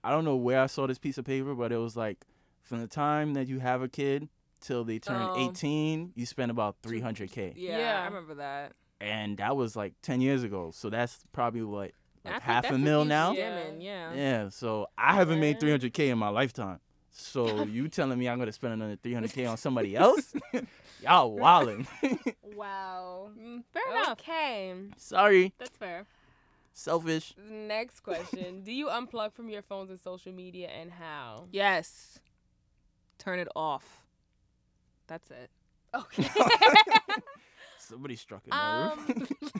D: I don't know where I saw this piece of paper, but it was like, from the time that you have a kid till they turn
B: Oh.
D: eighteen, you spend about three hundred k,
B: Yeah,
A: Yeah.
B: I remember that.
D: and that was like ten years ago. So that's probably what,
B: I
D: like
B: think
D: half
B: that's
D: a mil
B: huge
D: now.
A: Yeah.
B: Dimming, yeah.
D: Yeah, so I haven't made
A: Right.
D: 300k in my lifetime. So you telling me I'm gonna spend another 300k on somebody else? Y'all wildin'.
A: Wow.
B: Mm, fair enough.
A: Okay.
D: Sorry,
B: That's fair.
D: selfish.
A: Next question. Do you unplug from your phones and social media and how?
B: Yes. Turn it off. That's it.
A: Okay.
D: Somebody struck a nerve.
A: um,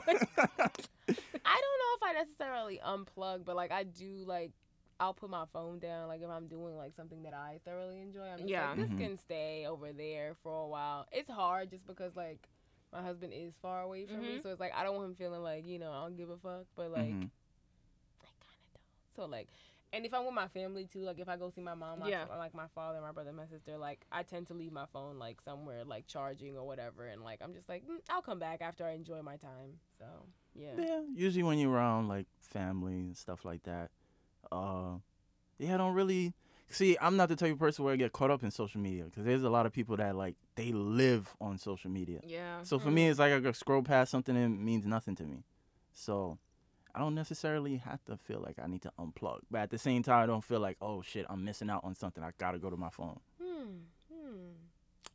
A: I don't know if I necessarily unplug, but like I do like I'll put my phone down. Like if I'm doing like something that I thoroughly enjoy, I'm just
B: Yeah.
A: like this
D: Mhm.
A: can stay over there for a while. It's hard just because like my husband is far away from me,
B: Mhm.
A: so it's like I don't want him feeling like you know I don't give a fuck, but like
D: Mhm.
A: I kind of don't. So like, and if I'm with my family too, like if I go see my mom, my,
B: Yeah.
A: or, like my father, my brother, my sister, like I tend to leave my phone like somewhere like charging or whatever, and like I'm just like mm, I'll come back after I enjoy my time. So yeah,
D: Yeah, usually when you're around like family and stuff like that. Uh, yeah, I don't really see. I'm not the type of person where I get caught up in social media because there's a lot of people that like they live on social media.
B: Yeah.
D: So for
A: Mm-hmm.
D: me, it's like I could scroll past something and it means nothing to me. So I don't necessarily have to feel like I need to unplug, but at the same time, I don't feel like oh shit, I'm missing out on something. I gotta go to my phone.
A: hmm, hmm.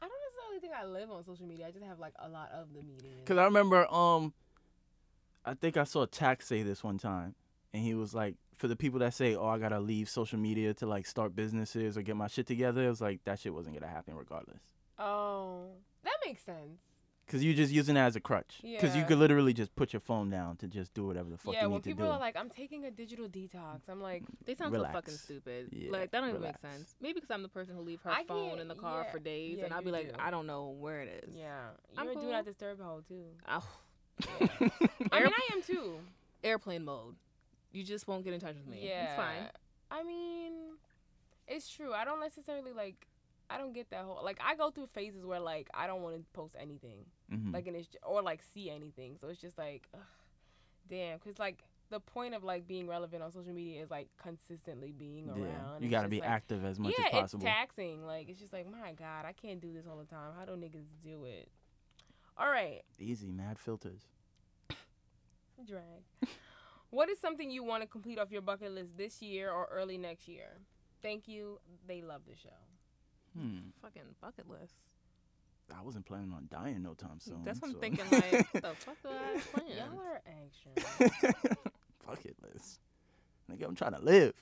A: I don't necessarily think I live on social media. I just have like a lot of the meetings.
D: Cause I remember, um, I think I saw Tax say this one time, and he was like, for the people that say, "Oh, I gotta leave social media to like start businesses or get my shit together," it was like that shit wasn't gonna happen regardless.
A: oh, that makes sense.
D: Cause you're just using it as a crutch. Cause you
A: Yeah.
D: could literally just put your phone down to just do whatever the fuck
A: yeah,
D: you
A: when
D: need to do.
A: people are like, I'm taking a digital detox, I'm like,
B: They sound
D: Relax.
B: so fucking stupid.
D: Yeah,
B: like that don't even
D: relax.
B: make sense. Maybe because I'm the person who leave her
A: I
B: phone
A: get-
B: in the car
A: yeah,
B: for days,
A: yeah,
B: and I'll be
A: you
B: like,
A: do.
B: I don't know where it is.
A: yeah,
B: I'm
A: you're a do
B: cool.
A: not disturb hole too.
B: Ow.
A: I mean, I am too.
B: airplane mode. You just won't get in touch with me.
A: Yeah.
B: It's fine.
A: I mean, it's true. I don't necessarily like. I don't get that whole like. I go through phases where like I don't want to post anything,
D: Mhm.
A: like and it's or like see anything. So it's just like, ugh, damn, because like the point of like being relevant on social media is like consistently being around.
D: yeah, you
A: It's
D: gotta
A: just,
D: be
A: like,
D: active as much
A: yeah,
D: as possible.
A: it's taxing. Like it's just like my God, I can't do this all the time. How do niggas do it? All right,
D: Easy, mad filters.
A: drag. what is something you want to complete off your bucket list this year or early next year? Thank you. They love the show.
D: Hmm.
B: Fucking bucket list.
D: I wasn't planning on dying no time soon.
B: That's what I'm
D: so-
B: thinking. Like, the fuck do I have planned?
A: Y'all are action.
D: Bucket list. Nigga, I'm trying to live.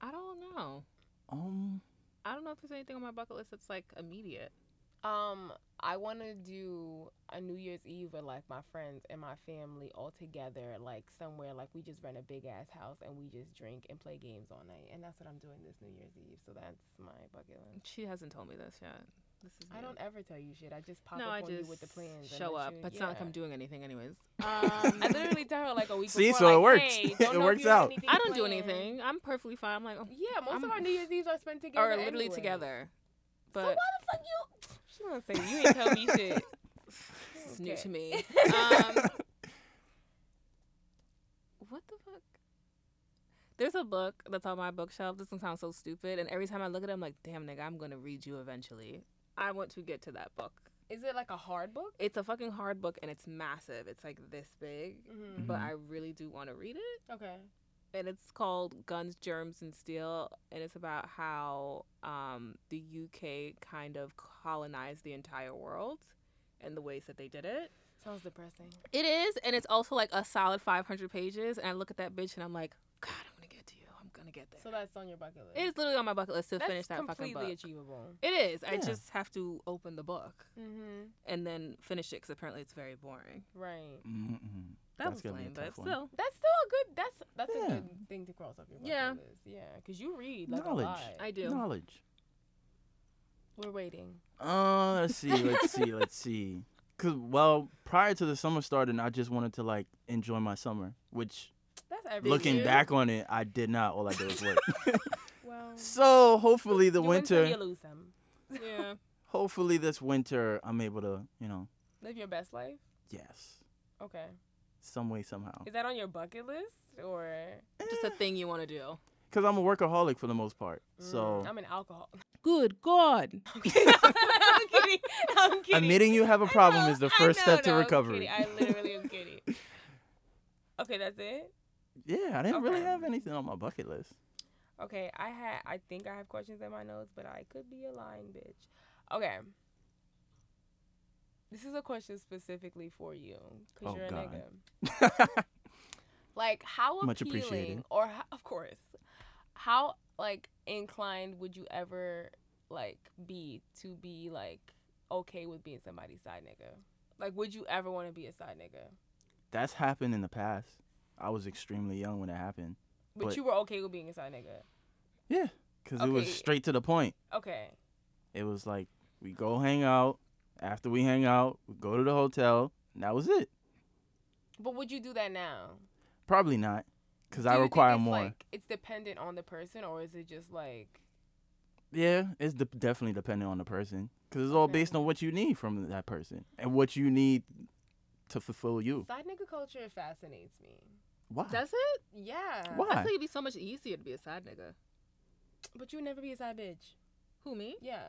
B: I don't know.
D: Um,
B: I don't know if there's anything on my bucket list that's like immediate.
A: um, I want to do a New Year's Eve with like my friends and my family all together, like somewhere like we just rent a big ass house and we just drink and play games all night, and that's what I'm doing this New Year's Eve. So that's my bucket list.
B: She hasn't told me this yet. This is
A: I
B: new.
A: don't ever tell you shit. I just pop
B: No,
A: up
B: I
A: on
B: just
A: you with the plans. and
B: show
A: let
B: up,
A: you-
B: but it's not like
A: yeah.
B: I'm doing anything, anyways.
A: Um, I literally tell her like a week.
D: See,
A: before,
D: so it
A: like,
D: works.
A: "Hey,
D: It
A: don't know if
D: works
A: you have
D: out.
A: anything
B: I don't do
A: planned."
B: anything. I'm perfectly fine. I'm like, oh,
A: Yeah, most of
B: I'm-
A: our New Year's Eves are spent together.
B: or literally
A: anyway.
B: together.
A: So why
B: But
A: the fuck you? She gonna say you ain't tell me shit.
B: it's new
A: Okay.
B: to me. Um, what the fuck? There's a book that's on my bookshelf. This one sounds so stupid, and every time I look at it, I'm like, damn nigga, I'm gonna read you eventually. I want to get to that book.
A: Is it like a hard book?
B: It's a fucking hard book, and it's massive. It's like this big,
A: Mm-hmm.
B: but
D: Mhm.
B: I really do want to read it.
A: Okay.
B: and it's called Guns, Germs, and Steel, and it's about how um, the UK kind of colonized the entire world and the ways that they did it.
A: Sounds depressing.
B: It is, and it's also like a solid 500 pages. And I look at that bitch and I'm like, God, I'm gonna get to you. I'm gonna get there.
A: So that's on your bucket list.
B: it is literally on my bucket list to
A: That's
B: finish that fucking
A: completely
B: book.
A: achievable.
B: It is. I
D: Yeah.
B: just have to open the book
A: Mm-hmm.
B: and then finish it because apparently it's very boring.
A: Right.
D: mm-mm.
B: That
D: That's
B: was
D: gonna be a
B: lame,
D: tough
B: but
D: one.
B: still.
A: That's still a good. That's that's
D: Yeah.
A: a good thing to cross off your bucket
B: Yeah.
A: list. Yeah, because you read like
D: Knowledge.
A: a lot.
B: I do.
D: knowledge.
A: We're waiting.
D: Uh, let's see, let's see, let's see. Cause well, prior to the summer starting, I just wanted to like enjoy my summer. Which,
A: That's every
D: looking
A: year.
D: back on it, I did not. All I did was work.
A: Well,
D: so hopefully the
A: you win some,
D: winter,
A: you lose some.
B: Yeah.
D: hopefully this winter, I'm able to, you know,
A: Live your best life.
D: yes,
A: Okay.
D: some way somehow. Eh,
A: Is that on your bucket list or?
B: just a thing you want to do.
D: Cause I'm a workaholic for the most part.
A: Mm,
D: So
A: I'm an alcohol.
B: Good God.
A: I'm kidding. I'm kidding. I'm kidding.
D: admitting you have a
A: I
D: problem
A: know,
D: is the
A: I
D: first
A: know,
D: step to
A: no, I'm
D: recovery.
A: kidding. I literally am kidding. Okay, that's it.
D: Yeah, I didn't really
A: Okay.
D: have anything on my bucket list.
A: Okay, I had I think I have questions in my notes, but I could be a lying bitch. Okay. This is a question specifically for you because
D: Oh,
A: you're a
D: God.
A: nigga. Like how
D: Much
A: appealing
D: appreciated.
A: or how, of course, how like inclined would you ever like be to be like okay with being somebody's side nigga? Like, would you ever want to be a side nigga?
D: That's happened in the past. I was extremely young when it happened.
A: But,
D: But-
A: you were okay with being a side nigga.
D: Yeah, because it was
A: Okay.
D: straight to the point.
A: Okay.
D: It was like we go hang out. After we hang out, we go to the hotel. And that was it.
A: But would you do that now?
D: Probably not, because
A: Do
D: I
A: you think
D: require
A: it's,
D: more.
A: Like, it's dependent on the person, or is it just like
D: Yeah, it's de- definitely dependent on the person, because it's all based
A: Okay.
D: on what you need from that person and what you need to fulfill you.
A: side nigga culture fascinates me?
D: Why?
B: Does it?
A: Yeah.
D: Why?
B: I think it'd be so much easier to be a side nigga.
A: But you would never be a side bitch.
B: Who me?
A: Yeah.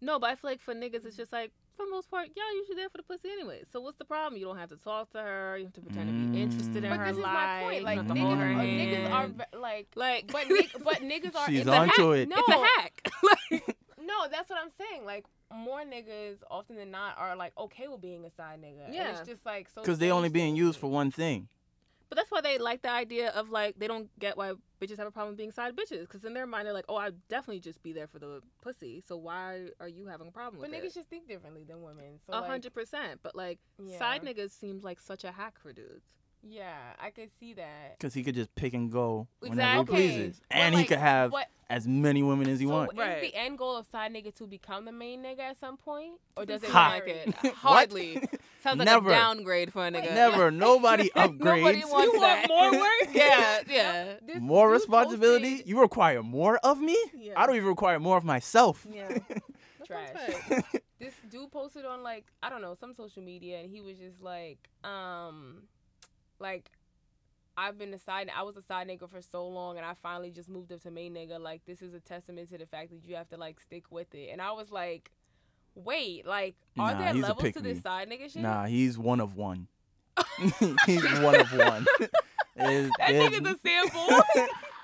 B: No, but I feel like for niggas, it's just like for the most part, y'all usually there for the pussy anyway. So what's the problem? You don't have to talk to her. You don't have to pretend to be interested in
D: Mm.
A: But
B: her
A: this is my
B: life.
A: point.
B: you
A: Like
B: don't have
D: Mhm.
B: to
A: niggas,
B: hold her
A: are,
B: hand.
A: niggas are ve- like,
B: like,
A: but nig- but niggas are.
D: She's
A: it's
B: a
A: like-
D: onto it.
A: No,
B: it's a hack. like,
A: no, that's what I'm saying. Like more niggas often than not are like okay with being a side nigga. Yeah.
B: Yeah.
A: And it's just like so.
D: Because they only being used for
A: One-
D: one thing.
B: but that's why they like the idea of like they don't get why bitches have a problem being side bitches because in their mind they're like, oh, I definitely just be there for the pussy. So why are you having a problem
A: but
B: with
A: niggas
B: it?
A: just think differently than women. So
B: A
A: like,
B: hundred percent. But like
A: Yeah.
B: side niggas seems like such a hack for dudes.
A: Yeah, I could see that.
D: Because he could just pick and go whenever
B: Exactly.
D: he pleases,
A: But,
D: and he
A: like,
D: could have
A: what-
D: as many women as he
A: so
D: wants.
A: Is
E: Right.
A: the end goal of side nigga to become the main nigga at some point, or does it
D: Ha.
A: vary?
D: What?
B: Hardly. Sounds like
D: Never.
B: a downgrade for a
A: Wait,
B: nigga.
D: Never. Nobody upgrades.
B: Nobody wants
A: You want
B: that.
A: more work?
B: yeah, yeah.
A: This
D: more
A: dude
D: responsibility.
A: posted-
D: You require more of me.
B: Yeah.
D: I don't even require more of myself.
B: Yeah.
A: Trash. this dude posted on like I don't know some social media, and he was just like, um, like I've been a side. I was a side nigga for so long, and I finally just moved up to main nigga. Like this is a testament to the fact that you have to like stick with it. And I was like, wait, like are
D: Nah,
A: there
D: he's a
A: levels to
D: pick-me.
A: this side nigga shit?
D: Nah, he's one of one. he's one of one. There's-
A: That
D: there's-
A: nigga's a sample.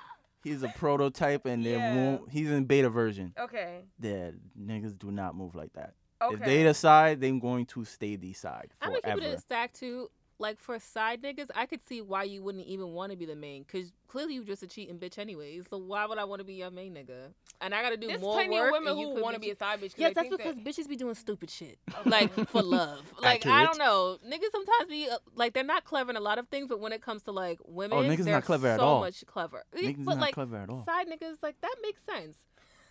D: he's a prototype, and they
A: Yeah.
D: won't, he's in beta version.
A: okay.
D: Yeah, niggas do not move like that.
A: Okay.
D: If they decide, they're going to stay the side
B: I'm gonna keep it
D: forever.
B: in stack too. Like for side niggas, I could see why you wouldn't even want to be the main, cause clearly you just a cheating bitch anyways. So why would I want to be your main nigga? And I gotta do
A: There's
B: more
A: plenty
B: work.
A: of women
B: and you
A: who
B: could
A: want to be a side bitch. 'cause
B: Yes,
A: they
B: that's
A: think
B: because
A: that-
B: bitches be doing stupid shit, like for love. Like I don't
D: Accurate.
B: know, niggas sometimes be uh, like they're not clever in a lot of things, but when it comes to like women,
D: Oh, niggas not
B: they're
D: clever
B: so
D: at all.
B: much clever. Eh,
D: niggas
B: but
D: not
B: like
D: clever at all.
B: side niggas, like that makes sense.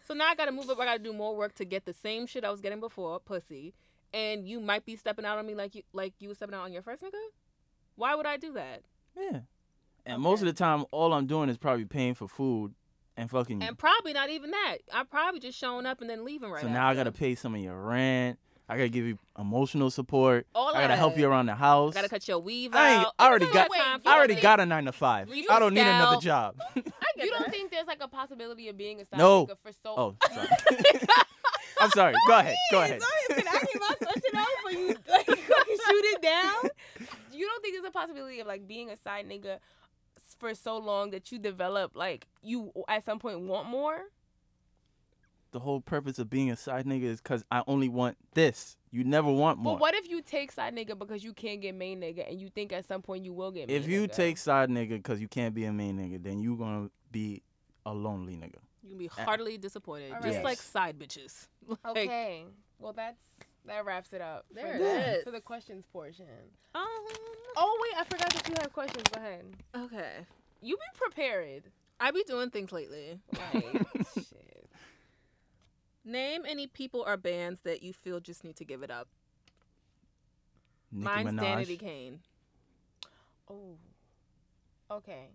B: So now I gotta move up. I gotta do more work to get the same shit I was getting before, pussy. And you might be stepping out on me like you like you were stepping out on your first nigga. Why would I do that?
D: Yeah. And most of the time, all I'm doing is probably paying for food and fucking you.
B: And probably not even that. I'm probably just showing up and then leaving right.
D: so now I
B: after.
D: gotta pay some of your rent. I gotta give you emotional support.
B: All
D: I gotta
B: that.
D: help you around the house.
B: Gotta cut your weave
D: I ain't-
B: out.
D: I already
B: Ain't nobody
A: got-
B: time for
D: I already
B: that.
D: got a nine to five.
B: You
D: I don't need another
B: scout.
D: job.
B: get
A: you don't
B: that.
A: think there's like a possibility of being a side
D: No.
A: nigga for so
D: Oh, sorry. I'm sorry. Go ahead. Go ahead.
A: Sorry, can I get my question out for you? Like, you can shoot it down. You don't think there's a possibility of like being a side nigga s- for so long that you develop like you at some point want more?
D: The whole purpose of being a side nigga is because I only want this. You never want more.
A: But what if you take side nigga because you can't get main nigga and you think at some point you will get main
D: if you
A: nigga?
D: take side nigga because you can't be a main nigga, then you gonna be a lonely nigga.
B: You can be heartily disappointed,
A: All
B: just
D: right.
B: like side bitches. Like,
A: Okay. Well that's that wraps it up.
B: There
A: for
B: it
A: the-
B: is.
A: For the questions portion.
B: um,
A: Oh wait, I forgot that you have questions. Go ahead.
B: okay.
A: You be prepared.
B: I be doing things lately.
A: Like shit.
B: Name any people or bands that you feel just need to give it up.
D: Nicki
B: Mine's
D: Minaj.
B: Danity Kane.
A: Oh. Okay.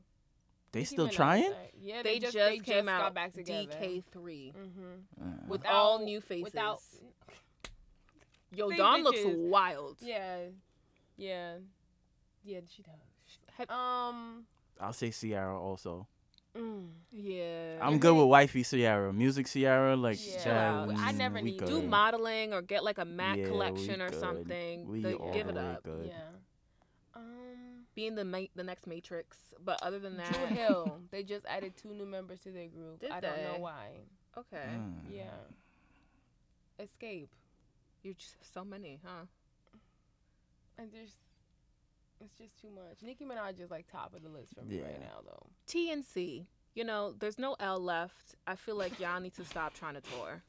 D: They
A: Nicki
D: still
A: Minaj,
D: trying?
A: right. Yeah,
B: They, just
A: they
B: came
A: just
B: out
A: got back together.
B: DK3
A: Mm-hmm.
D: Uh,
B: with
A: Without-
B: all new faces.
A: Without,
B: Yo,
A: Same
B: Dawn looks
A: bitches.
B: wild.
A: yeah, yeah, yeah. She does. Um,
D: I'll say Ciara also.
A: mm.
B: Yeah.
D: I'm good with wifey Ciara, music Ciara, like
A: Yeah.
D: yeah.
A: I never need
B: Do
A: good.
B: modeling or get like a Mac
D: Yeah, we
B: collection or
D: good.
B: something.
D: We
B: The-
D: all
B: give it
D: the way
B: up.
D: good.
A: yeah. Um,
B: Being the ma- the next Matrix, but other than that,
A: Drew Hill. They just added two new members to their group.
B: Did
A: I don't know
B: they?
A: why.
B: okay,
D: Mm.
A: Yeah. Escape.
B: you just have so many, huh?
A: And there's, it's just too much. Nicki Minaj is like top of the list for me
D: Yeah.
A: right now, though.
B: TNC. You know, there's no L left. I feel like y'all need to stop trying to tour.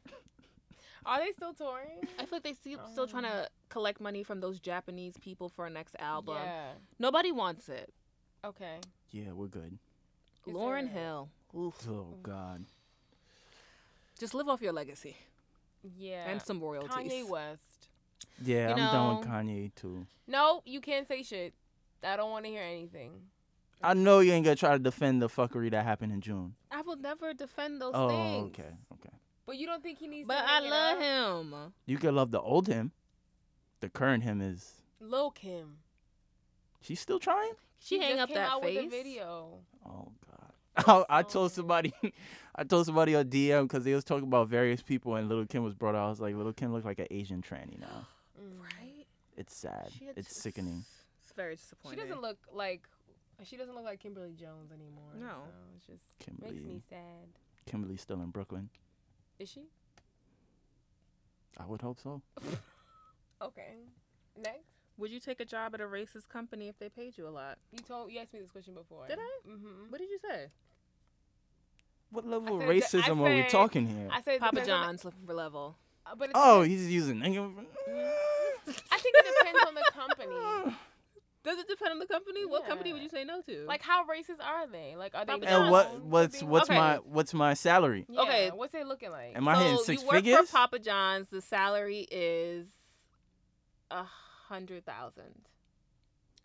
A: Are they still touring?
B: I feel like they see, still trying to collect money from those Japanese people for our next album.
A: Yeah.
B: Nobody wants it.
A: Okay.
D: Yeah, we're good.
A: It's
B: Lauren
A: alright.
B: Hill. Oof.
D: Oh God.
B: Just live off your legacy
A: Yeah.
B: and some royalties.
A: Kanye West.
D: Yeah,
B: You
D: I'm done with
B: know-
D: Kanye too.
A: No, you can't say shit. I don't want to hear anything.
D: I know you ain't gonna try to defend the fuckery that happened in June.
B: I will never defend those
D: oh,
B: things.
D: okay, okay.
A: But you don't think he needs
B: But
A: to
B: I
A: hang it
B: love
A: up?
B: him.
D: You could love the old him. The current him is
A: Lil Kim.
D: she's still trying.
B: She, hang
A: just
B: up
A: came
B: that
A: out
B: face.
A: with a video.
D: Oh God. I, I told
A: So-
D: somebody, I told somebody on DM because they was talking about various people and Little Kim was brought out. I was like, Little Kim looked like an Asian tranny now.
A: Mm.
B: Right?
D: It's sad.
B: She had-
D: It's sickening.
E: It's very
A: She
E: disappointing.
A: doesn't look like she doesn't look like Kimberly Jones anymore.
E: No.
A: so it's just makes
D: Kimberly,
A: me sad.
D: Kimberly's still in Brooklyn.
A: Is she
D: I would hope so.
A: okay? Next,
E: Would you take a job at a racist company if they paid you a lot?
A: you told you asked me this question before.
E: Did I?
A: Mm-hmm.
E: What did you say?
D: What level
A: said
D: of
A: that- I
D: racism are we
A: said-
D: talking here?
A: I said it
B: Papa
A: depends on the-
B: John's looking for level.
A: uh, but it
D: Oh,
A: depends-
D: he's just using nigga.
A: I think it depends on the company.
B: Does it depend on the company? What company would
A: Yeah.
B: you say no to?
A: Like, how racist are they? Like, are they?
B: Papa
D: And what
A: known for
D: what's
A: being-
D: what's
B: Okay.
D: my what's my salary?
A: Yeah,
B: Okay.
A: What's it looking like?
D: Am I hitting
B: So
D: six
B: you work
D: figures?
B: for Papa John's. The salary is a hundred thousand.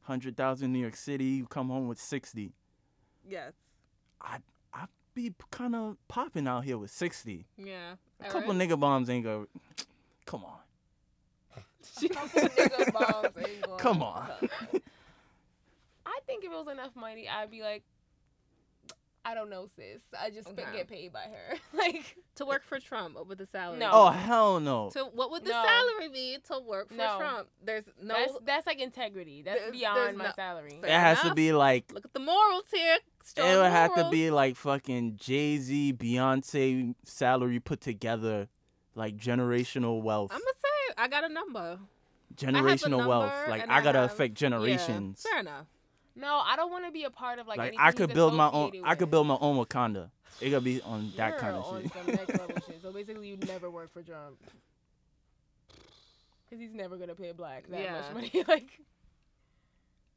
D: Hundred thousand New York City. You come home with sixty.
E: Yes.
D: Be kind of popping out here with sixty.
B: Yeah.
D: A couple nigga bombs ain't gonna. Come on.
A: Nigga bombs ain't going
D: Come on.
A: up. I think if it was enough money, I'd be like, I don't know, sis. I just spent-
E: Okay.
A: get paid by her. like,
B: to work for Trump. What would the salary?
A: No.
D: Oh hell no.
B: To what would the
A: No.
B: salary be to work for
A: No.
B: Trump? There's no.
A: that's that's like integrity. That's
B: There's-
A: beyond
B: there's
A: my
B: no-
A: salary.
D: it has to
B: enough.
D: be like.
B: look at the morals here. Strong
D: it would have to
B: morals.
D: be like fucking Jay Z, Beyonce salary put together, like generational wealth.
B: I'm gonna say I got a number.
D: generational wealth.
B: number
D: Like
B: and
D: I
B: I
D: gotta
B: have-
D: affect generations.
B: Yeah, fair enough.
A: No, I don't want to be a part of like.
D: Like
A: anything
D: I could
A: he's
D: build my own.
A: associated
D: I could
A: with.
D: build my own Wakanda. It gotta be on that
A: You're
D: kind of
A: on
D: shit.
A: some next level shit. So basically, you never work for Trump. Cause he's never gonna pay a black that
B: Yeah.
A: much money. Like,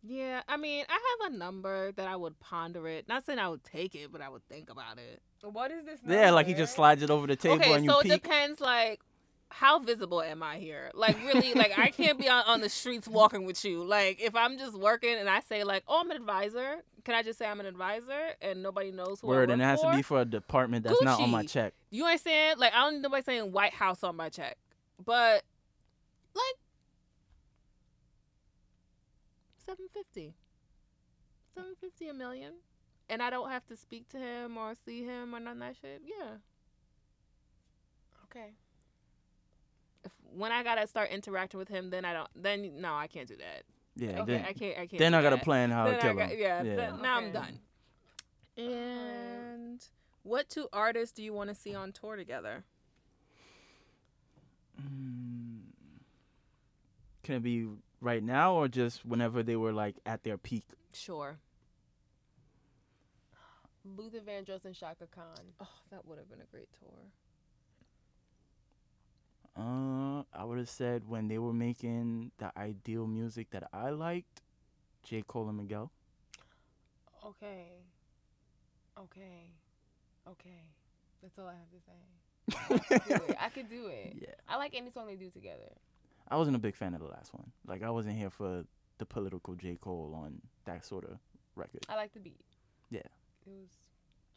B: Yeah, I mean, I have a number that I would ponder it. Not saying I would take it, but I would think about it.
A: what is this?
D: yeah, like he
A: number?
D: just slides it over the table
B: okay,
D: and you
B: so it
D: peek.
B: depends like how visible am I here? Like really, like I can't be on, on the streets walking with you. Like if I'm just working and I say like, oh, I'm an advisor, can I just say I'm an advisor and nobody knows who
D: Word,
B: I work
D: and it has
B: for?
D: to be for a department that's not on my
B: Gucci.
D: check.
B: You understand? Like I don't need nobody saying White House on my check, but like seven fifty. Seven fifty a million, and I don't have to speak to him or see him or none of that shit. Yeah.
A: Okay.
B: if when I gotta start interacting with him, then I don't. Then no, I can't do that.
D: Yeah,
B: okay,
D: then
B: I can't. I can't.
D: then
B: do
D: I gotta
B: that.
D: plan how to
B: Then I
D: kill
B: got-
D: him.
B: yeah.
D: Yeah.
B: then- now I'm
A: Okay.
B: done.
E: And what two artists do you want to see on tour together?
D: Mm. Can it be right now or just whenever they were like at their peak?
B: Sure.
A: Luther Vandross and Shaka Khan.
E: Oh, that would have been a great tour.
D: Uh, I would have said when they were making the ideal music that I liked, J. Cole and Miguel.
A: Okay. Okay. Okay. That's all I have to say. Do it. I could do it.
D: yeah,
A: I like any song they do together.
D: I wasn't a big fan of the last one. Like I wasn't here for the political J. Cole on that sort of record.
A: I like the beat.
D: Yeah.
A: It was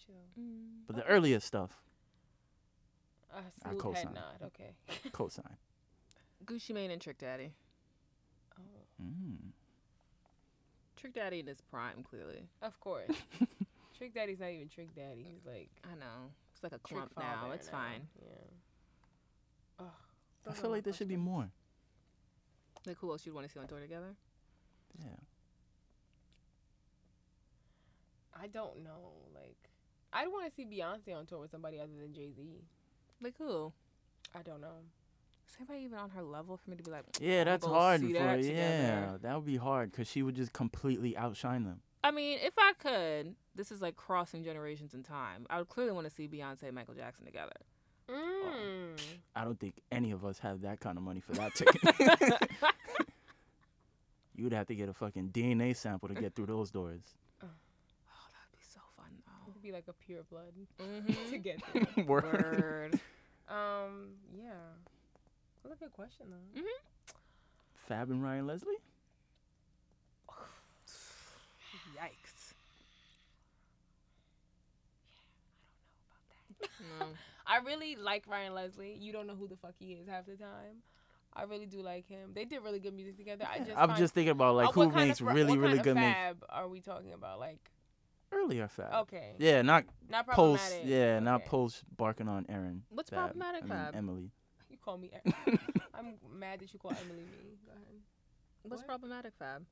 A: chill.
B: Mm.
D: But the earlier stuff,
A: I salute head
D: co-sign.
A: nod. Okay.
D: cosign.
B: Gucci Mane and Trick Daddy.
A: Oh,
D: Mm.
B: Trick Daddy in his prime, clearly.
A: of course. Trick Daddy's not even Trick Daddy. He's like
B: I know. It's like a
A: Trick
B: clump now.
A: Father
B: It's
A: now.
B: fine.
A: Yeah. Ugh,
D: I
A: those are
D: feel
A: my
D: like there should be
A: questions.
D: more.
B: Like who else you'd want to see on tour together?
D: Yeah.
A: I don't know. Like, I'd want to see Beyonce on tour with somebody other than Jay Z.
B: Like who?
A: I don't know.
B: Is anybody even on her level for me to be like?
D: Yeah,
B: "I'ma
D: that's
B: go
D: hard.
B: see
D: For,
B: that together."
D: yeah, that would be hard because she would just completely outshine them.
B: I mean, if I could, this is like crossing generations in time. I would clearly want to see Beyonce and Michael Jackson together.
A: Mm.
D: I don't think any of us have that kind of money for that
B: Oh,
D: ticket. you would have to get a fucking DNA sample to get through those doors.
B: Oh, that'd be so fun.
A: It could be like a pure blood
B: Mm-hmm.
A: to get there.
D: Word.
B: Word.
A: um, yeah. That's a good question though.
D: Fab and Ryan Leslie?
A: Yikes.
B: No.
A: I really like Ryan Leslie. You don't know who the fuck he is half the time. I really do like him. They did really good music together. I just
D: I'm
A: find-
D: just thinking about like
A: Uh,
D: who
A: what kind of
D: makes
A: fra-
D: really,
A: what
D: really
A: kind
D: good
A: of
D: makes
A: fab are we talking about? Like
D: earlier fab.
A: okay,
D: Yeah, not
A: not
D: post.
A: problematic.
D: Yeah, not
A: Okay.
D: post barking on Aaron.
B: What's
D: fab.
B: problematic
D: I mean, eh,
B: fab?
D: Emily.
A: You call me. Em- I'm mad that you call Emily me. Go ahead.
B: What's
A: What?
B: problematic, Fab?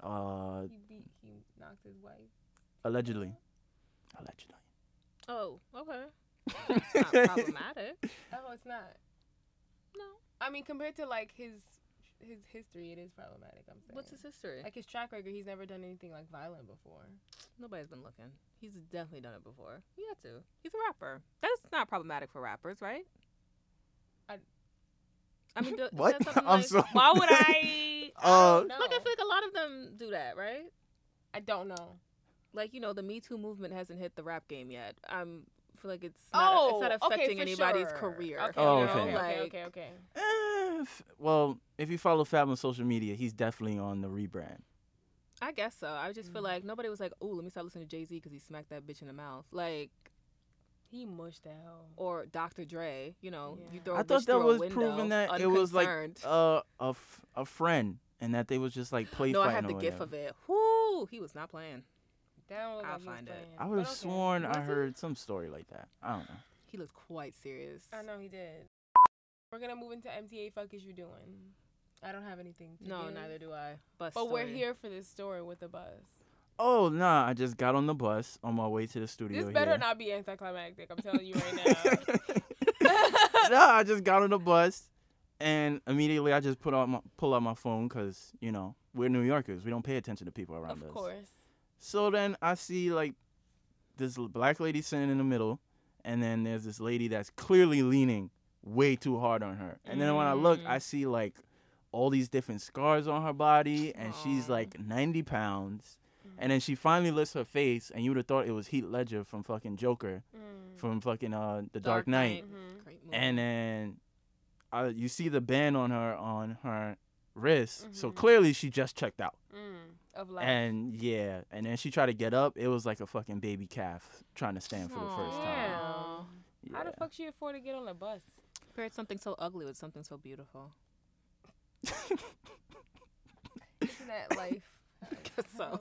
D: uh,
A: He beat. He knocked his wife.
D: allegedly. Allegedly.
B: Oh, okay. That's not problematic.
A: Oh, it's not.
B: No.
A: I mean, compared to like his his history, it is problematic. I'm saying.
B: What's his history?
A: like his track record? He's never done anything like violent before.
B: Nobody's been looking. He's definitely done it before. He had to. He's a rapper. That's not problematic for rappers, right?
A: I-
B: I mean, do,
D: What?
B: that's something
D: I'm
B: like-
D: sorry.
B: Why would I?
D: Uh,
A: No,
B: Look, I feel like a lot of them do that, right?
A: I don't know.
B: Like you know, the Me Too movement hasn't hit the rap game yet. I'm feel like it's not,
A: Oh,
B: it's not
A: okay,
B: affecting
A: for
B: anybody's
A: sure.
B: career.
A: Okay,
D: Oh,
A: okay,
D: okay.
A: okay, okay,
B: Like-
A: okay, okay.
D: eh, f- well, if you follow Fab on social media, he's definitely on the rebrand.
B: I guess so. I just feel
A: Mhm.
B: like nobody was like, "Oh, let me stop listening to Jay Z because he smacked that bitch in the mouth," like
A: He mushed that hoe.
B: or Dr. Dre. You know, you
A: Yeah.
B: throw.
D: I
B: a
D: thought
B: bitch
D: that
B: through a
D: was
B: window,
D: proving that it was, like,
B: unconcerned.
D: Uh, a, f- a friend, and that they was just like play
B: no, I
D: fighting.
B: had the
D: or
B: gif
D: whatever.
B: of it. Whoo, he was not playing.
A: That one looked
B: I'll
A: like he was
B: find it.
A: playing.
D: I
A: But
D: would have
A: okay.
D: sworn
B: Was
D: I
B: it?
D: heard some story like that. I don't know.
B: He looked quite serious.
A: I know he did. We're gonna move into MTA. Fuck is you doing? I don't have anything. To
B: No,
A: give,
B: neither do I. But,
A: But we're
B: story.
A: here for this story with the buzz.
D: Oh nah, I just got on the bus on my way to the studio.
A: This better
D: here.
A: not be anticlimactic. I'm telling you right now.
D: nah, I just got on the bus, and immediately I just put out my pull out my phone because you know we're New Yorkers. We don't pay attention to people around
A: of
D: us.
A: course.
D: So then I see like this l- black lady sitting in the middle, and then there's this lady that's clearly leaning way too hard on her. And then when I look,
B: Mm.
D: I see like all these different scars on her body, and she's
B: Aw.
D: like 90 pounds.
A: Mm.
D: And then she finally lifts her face, and you would have thought it was Heath Ledger from fucking Joker,
A: Mm.
D: from fucking uh, The
B: Mm.
D: Dark,
B: Dark Knight.
D: Knight.
A: Mhm.
B: Great movie.
D: And then uh, you see the band on her on her wrist. So
B: Mm-hmm.
A: Mhm.
D: clearly she just checked out.
A: Mm. Of life.
D: And yeah, and then she tried to get up. It was like a fucking baby calf trying to stand for the first time.
A: Damn. How
D: Yeah.
A: the fuck she afford to get on the bus?
B: Paired something so ugly with something so beautiful.
A: Isn't that life? I
B: guess so.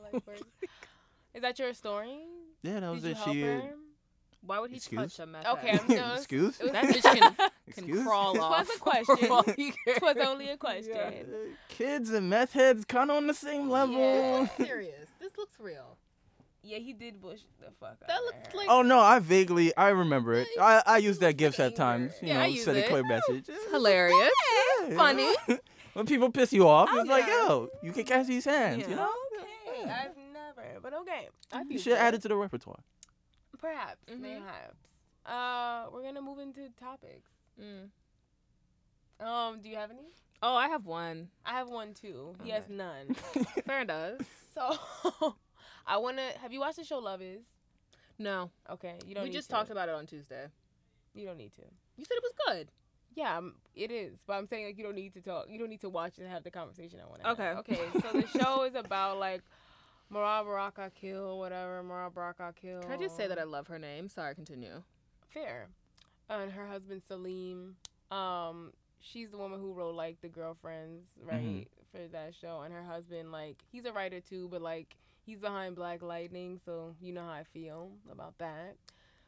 A: Is that your story?
D: Yeah, that was
A: Did you
D: it.
A: help
D: She
A: her?
B: Why would he
D: Excuse?
B: touch a mess?
A: Okay, I'm done.
D: excuse
A: It was-
B: That bitch can, can
D: excuse.
B: crawl
A: This
B: off.
A: was a question.
B: for all you care.
A: It was only a
D: Yeah,
A: question.
D: uh, Kids and meth heads kind of on the same level.
B: This looks serious. This looks real.
A: Yeah, he did bush the fuck out.
B: That
A: of
B: looks
A: her.
B: like-
D: Oh no, I vaguely I remember it. I I use that
B: Looks
D: gifs
B: like
D: at times.
B: anger.
D: You
B: Yeah,
D: know,
B: I use
D: send a
B: it.
D: clear message. Yeah,
B: Hilarious.
D: yeah.
B: funny. Oh,
D: when people piss you off, it's like,
B: yeah.
D: yo, you can catch these hands. You
B: Yeah.
D: know,
A: Okay, I've never, but okay. I've
D: you
A: used
D: should
A: it.
D: add it to the repertoire.
A: Perhaps,
B: Mhm.
A: perhaps. Uh, we're gonna move into topics.
B: Mm.
A: Um, do you have any?
B: Oh, I have one.
A: I have one too. He has
B: Okay.
A: none.
B: Fair does.
A: So, I wanna. Have you watched the show Love Is?
B: No,
A: Okay, you don't.
B: we
A: need
B: just
A: to.
B: talked about it on Tuesday.
A: You don't need to.
B: You said it was good.
A: Yeah, um, it is. But I'm saying like you don't need to talk. You don't need to watch and have the conversation I want to.
B: Okay.
A: Okay. So the show is about like Mara Baraka kill whatever Mara Baraka kill.
B: Can I just say that I love her name? Sorry, continue.
A: fair. And her husband Salim, um, she's the woman who wrote like the girlfriends, right, for that show. And her husband, like, he's a writer too, but like he's behind Black Lightning, so you know how I feel about that.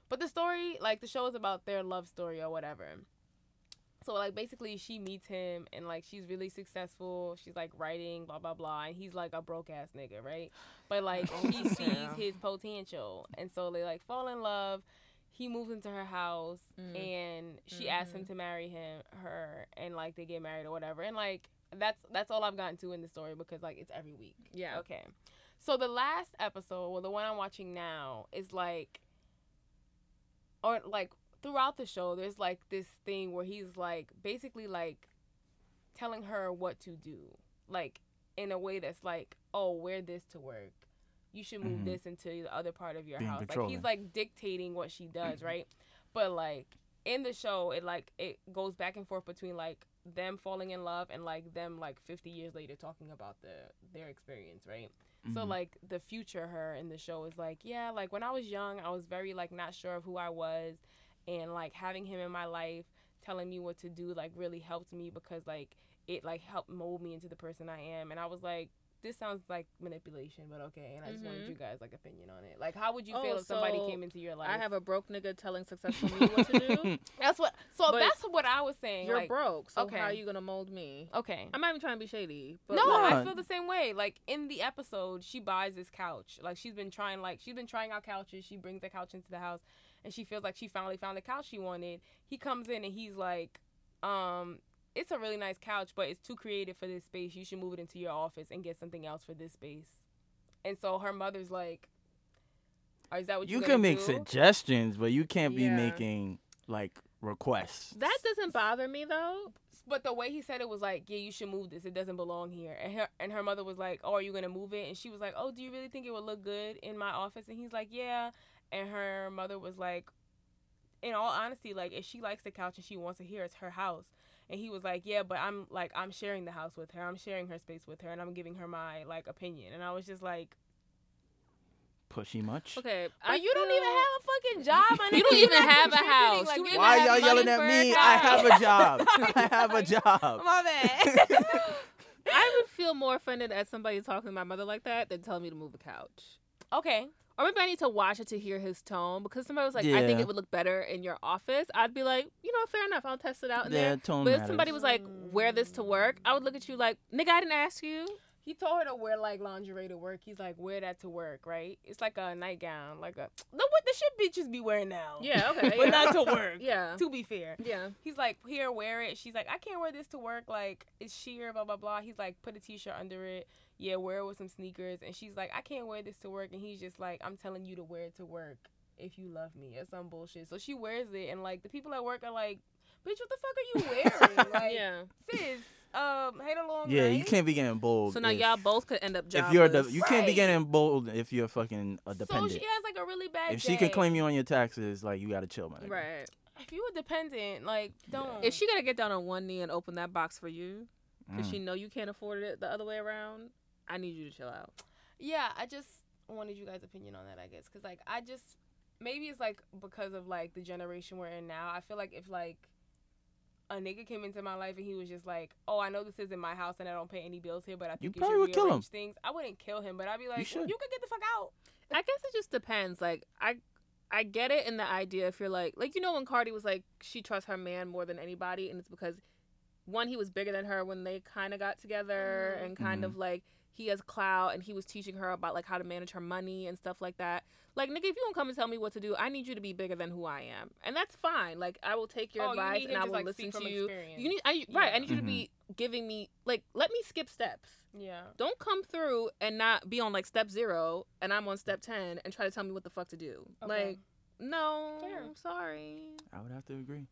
A: But the story, like the show is about their love story or whatever. So like basically she meets him and like she's really successful. She's like writing, blah blah blah, and he's like a broke ass nigga, right? But like he sees
B: Girl.
A: his potential. And so they like fall in love. He moves into her house
B: Mm. Mm-hmm.
A: and she asks him to marry him her and like they get married or whatever. And like that's that's all I've gotten to in the story because like it's every week.
B: Yeah.
A: Okay. So the last episode, well, the one I'm watching now, is like, or like throughout the show, there's like this thing where he's like basically like telling her what to do, like in a way that's like, oh, wear this to work. You should move
D: Mhm.
A: this into the other part of your
D: Being
A: house. Like
D: controlling.
A: he's like dictating what she does, right? But like in the show, it like it goes back and forth between like them falling in love and like them like 50 years later talking about the their experience, right? So
B: Mm-hmm.
D: Mhm.
A: like the future her in the show is like, yeah, like when I was young, I was very like not sure of who I was and like having him in my life telling me what to do like really helped me because like it like helped mold me into the person I am and I was like this sounds like manipulation, but okay. And I just wanted
B: Mhm.
A: you guys like opinion on it. Like, how would you
B: Oh,
A: feel if somebody
B: so
A: came into your life?
B: I have a broke nigga telling successful me what to do.
A: That's what. So
B: But
A: that's what I was saying.
B: You're
A: like,
B: broke, so
A: okay.
B: how are you gonna mold me?
A: okay.
B: I'm not even trying to be shady. But
A: no,
B: like,
A: I
D: Nah.
A: feel the same way. Like in the episode, she buys this couch. Like she's been trying, like she's been trying out couches. She brings the couch into the house, and she feels like she finally found the couch she wanted. He comes in and he's like, um, "It's a really nice couch, but it's too creative for this space. You should move it into your office and get something else for this space." And so her mother's like, "Oh, "Is that what
D: you
A: gonna
D: can make
A: do?"
D: suggestions, but you can't be
E: Yeah.
D: making like requests.
B: that doesn't bother me though.
A: But the way he said it was like, yeah, you should move this. It doesn't belong here. And her and her mother was like, oh, are you gonna move it? And she was like, oh, do you really think it would look good in my office? And he's like, yeah. And her mother was like, in all honesty, like if she likes the couch and she wants it here, it's her house. And he was like, yeah, but I'm like I'm sharing the house with her. I'm sharing her space with her, and I'm giving her my like opinion. And I was just like,
D: Pushy much.
B: Okay,
A: but you don't even have a fucking job. my
B: You
A: nigga.
B: don't
A: You're
B: even
A: not
B: have a
A: contributing.
B: house.
A: Like,
B: You
A: we
B: didn't
A: don't
D: Why
A: have
D: y'all
A: money
D: yelling
A: for
D: at
A: a
D: me? I
A: couch.
D: have a job. I have a job.
A: My bad.
B: I would feel more offended at somebody talking to my mother like that than telling me to move a couch.
A: okay.
B: Or maybe I need to watch it to hear his tone because somebody was like, I think
D: Yeah.
B: it would look better in your office. I'd be like, you know, fair enough. I'll test it out in
D: Yeah,
B: there.
D: tone
B: But if
D: matters.
B: somebody was like, wear this to work, I would look at you like, nigga, I didn't ask you.
A: He told her to wear like lingerie to work. He's like, wear that to work, right? It's like a nightgown, like a no, what the shit bitches be wearing now.
B: Yeah, okay.
A: but
B: yeah.
A: not to work.
B: yeah.
A: To be fair,
B: Yeah.
A: he's like, here, wear it. She's like, I can't wear this to work. Like it's sheer, blah blah blah. He's like, put a t-shirt under it. Yeah, wear it with some sneakers. And she's like, I can't wear this to work. And he's just like, I'm telling you to wear it to work if you love me or some bullshit. So she wears it, and like the people at work are like, bitch, what the fuck are you wearing? like,
B: yeah.
A: sis, um, hate a long
D: yeah,
A: night.
D: you can't be getting bold.
B: So now
D: if,
B: y'all both could end up jobless.
D: If you're a de- you can't be
A: Right.
D: getting bold if you're fucking a dependent.
A: So she has like a really bad.
D: if she can
A: day.
D: claim you on your taxes, like you gotta chill, man.
B: Right.
A: if you were dependent, like don't.
B: If she got to get down on one knee and open that box for you because
D: Mm.
B: she know you can't afford it the other way around, I need you to chill out.
A: yeah, I just wanted you guys' opinion on that, I guess, because like I just maybe it's like because of like the generation we're in now. I feel like if like a nigga came into my life and he was just like, "Oh, I know this isn't my house and I don't pay any bills here, but I think you,
D: probably
A: should
D: would kill him.
A: rearrange things." I wouldn't kill him, but I'd be like, "You,
D: should.
A: could get the fuck out."
B: I guess it just depends. Like I I get it in the idea if you're like like you know when Cardi was like she trusts her man more than anybody and it's because one he was bigger than her when they kind of got together
A: Mhm.
B: and kind of like he has clout and he was teaching her about like how to manage her money and stuff like that. Like nigga, if you don't come and tell me what to do, I need you to be bigger than who I am, and that's fine. Like I will take your
A: Oh, you
B: advice
A: need
B: and
A: him
B: I
A: to,
B: will
A: like, speak
B: listen to
A: from
B: you.
A: experience.
B: You need I, right. I
A: Yeah.
B: need you to
D: Mhm.
B: be giving me like let me skip steps
A: Yeah.
B: don't come through and not be on like step zero and I'm on step ten and try to tell me what the fuck to do.
A: Okay.
B: Like, no,
A: Fair.
B: I'm sorry.
D: Mm. I would have to agree.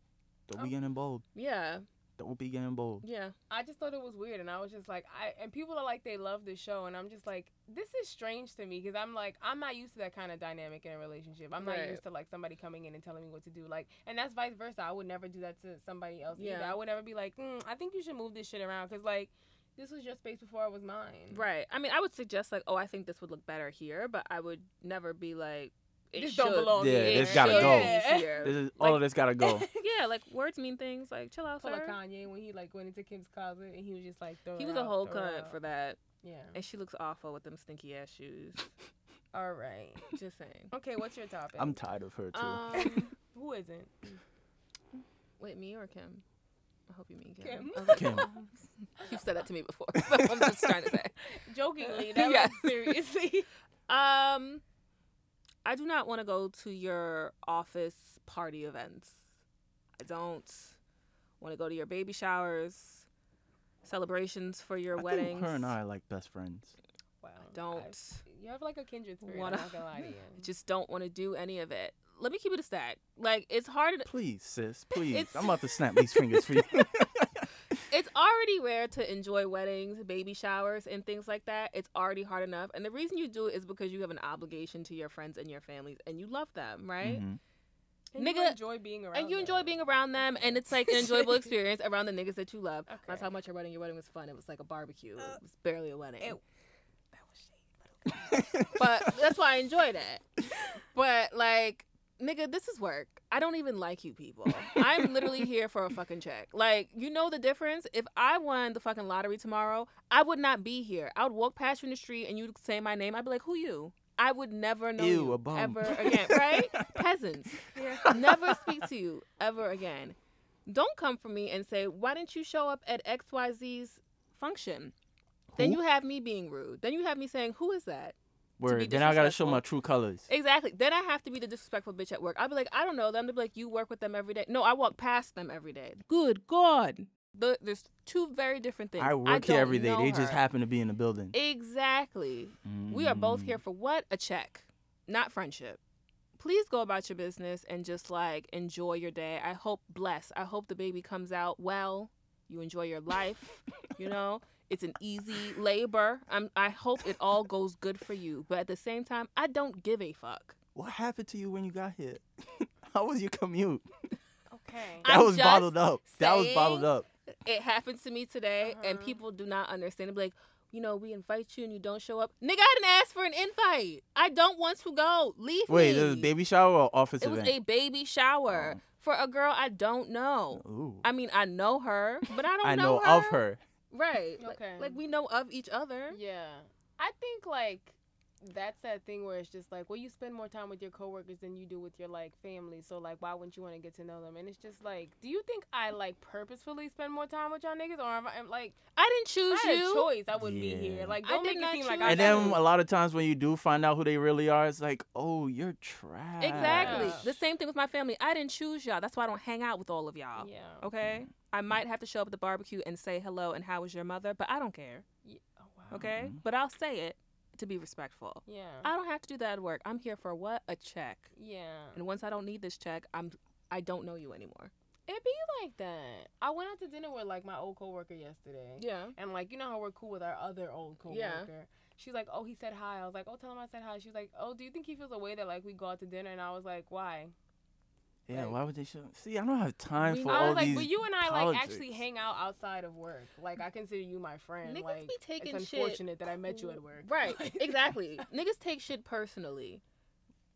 D: Don't
A: Oh.
D: be getting bold.
B: Yeah,
D: Don't be getting bold.
B: yeah.
A: I just thought it was weird, and I was just like, I and people are like they love the show, and I'm just like, this is strange to me because I'm like, I'm not used to that kind of dynamic in a relationship. I'm not
B: Right.
A: used to like somebody coming in and telling me what to do, like, and that's vice versa. I would never do that to somebody else either.
B: Yeah.
A: I would never be like, mm, I think you should move this shit around because like, this was your space before it was mine.
B: Right. I mean, I would suggest like, oh, I think this would look better here, but I would never be like, it
A: This
B: should.
A: don't belong
D: Yeah,
A: here.
D: this
B: it
D: gotta
B: should
D: go.
B: be here.
D: This is all of this gotta go.
B: yeah, like words mean things. Like, chill out,
A: I feel like
B: sir.
A: Kanye when he like went into Kim's closet and he was just like, throw
B: He
A: it
B: was a
A: out,
B: whole
A: throw it
B: cunt
A: out.
B: for that,
A: Yeah.
B: and she looks awful with them stinky ass shoes.
A: All right.
B: Just saying.
A: Okay, what's your topic?
D: I'm tired of her too.
B: Um,
A: Who isn't?
B: wait, me or Kim? I hope you mean Kim.
A: Kim.
B: I was like,
D: Kim.
B: "Oh." You've said that to me before. So I'm just trying to say.
A: Jokingly, that
B: Yes.
A: was seriously.
B: Um, I do not want to go to your office party events. I don't want to go to your baby showers, celebrations for your
D: I
B: weddings.
D: think her and I are like best friends.
A: Wow.
B: don't
A: You have like a kindred spirit.
B: Wanna-
A: I'm not gonna lie to you.
B: just don't want to do any of it. let me keep it a stack. Like it's harder. To,
D: Please, sis. Please.
B: It's-
D: I'm about to snap these fingers for you.
B: it's already rare to enjoy weddings, baby showers, and things like that. It's already hard enough, and the reason you do it is because you have an obligation to your friends and your families, and you love them, right?
D: Mhm.
A: And you
B: Nigga,
A: enjoy being around.
B: And you
A: them.
B: enjoy being around them, and it's like an enjoyable experience around the niggas that you love.
A: Okay.
B: That's how much your wedding. Your wedding was fun. It was like a barbecue.
A: Uh,
B: it was barely a wedding.
A: ew. That was
B: but that's why I enjoy that. But like, nigga, this is work. I don't even like you people. I'm literally here for a fucking check. Like, you know the difference? If I won the fucking lottery tomorrow, I would not be here. I would walk past you in the street and you'd say my name. I'd be like, who you? I would never know
D: Ew,
B: you
D: a bum.
B: ever again, right? Peasants.
A: shady.
B: Never speak to you ever again. Don't come for me and say, why didn't you show up at XYZ's function? Then
D: Who?
B: you have me being rude. Then you have me saying, who is that?
D: Word. Then I gotta show
B: disrespectful.
D: my true colors.
B: Exactly. Then I have to be the disrespectful bitch at work. I'll be like, I don't know them. They'll be like, you work with them every day. No, I walk past them every day.
E: Good God.
B: The, there's two very different things.
D: I work here
B: don't
D: every day.
B: know
D: They just
B: her.
D: happen to be in the building.
B: Exactly. We are both
D: Mm.
B: here for what? A check, not friendship. Please go about your business and just like enjoy your day. I hope bless. I hope the baby comes out well. You enjoy your life. you know, it's an easy labor. I'm, I hope it all goes good for you. But at the same time, I don't give a fuck.
D: Mm-hmm. What happened to you when you got here? How was your commute?
A: okay.
D: That
B: I'm
D: was
B: just
D: bottled up. That was bottled
B: saying-
D: up.
B: it happens to me today and
A: Uh-huh.
B: people do not understand it like you know we invite you and you don't show up nigga i didn't ask for an invite i don't want to go leave
D: Wait,
B: me.
D: this is a baby shower or office
B: it was
D: event?
B: a baby shower
D: Oh.
B: for a girl i don't know
D: Ooh.
B: i mean i know her but i don't
D: I know
B: know,
D: of her.
B: right like,
A: Okay.
B: like we know of each other
A: Yeah. I think like that's that thing where it's just like, well, you spend more time with your coworkers than you do with your like family. So like, why wouldn't you want to get to know them? And it's just like, do you think I like purposefully spend more time with y'all niggas, or am I am, like,
B: i didn't
A: if
B: choose
A: I had a
B: you
A: choice, I wouldn't be
D: Yeah.
A: here. Like,
B: I
A: don't
B: did
A: make it
B: not
A: seem like
B: choose
A: I.
D: And
B: you.
A: got
D: then a lot of times when you do find out who they really are, it's like, oh, you're trash.
B: exactly
A: Yeah.
B: the same thing with my family i didn't choose y'all that's why i don't hang out with all of y'all
A: Yeah.
B: okay i might have to show up at the barbecue and say hello and how is your mother but i don't care
A: Yeah. Oh, wow.
B: okay?
D: Mhm.
B: But I'll say it to be respectful.
A: Yeah.
B: I don't have to do that at work. I'm here for what? A check.
A: yeah.
B: And once I don't need this check, I'm I don't know you anymore.
A: It be like that. I went out to dinner with like my old coworker yesterday.
B: Yeah.
A: And like, you know how we're cool with our other old coworker.
B: Yeah.
A: She's like, oh, he said hi. I was like, oh, tell him I said hi. She was like, oh, do you think he feels a way that like we go out to dinner? And I was like, why?
D: Yeah,
A: Like-
D: why would they show? See, I don't have time
B: We-
D: for
B: I
A: I
D: all
A: was like,
D: these.
A: but you and I like actually
D: politics.
A: hang out outside of work. Like I consider you my friend.
B: Niggas
A: like
B: be taking
A: it's
B: shit
A: unfortunate that I met you at work.
B: Right.
A: Like-
B: exactly. Niggas take shit personally.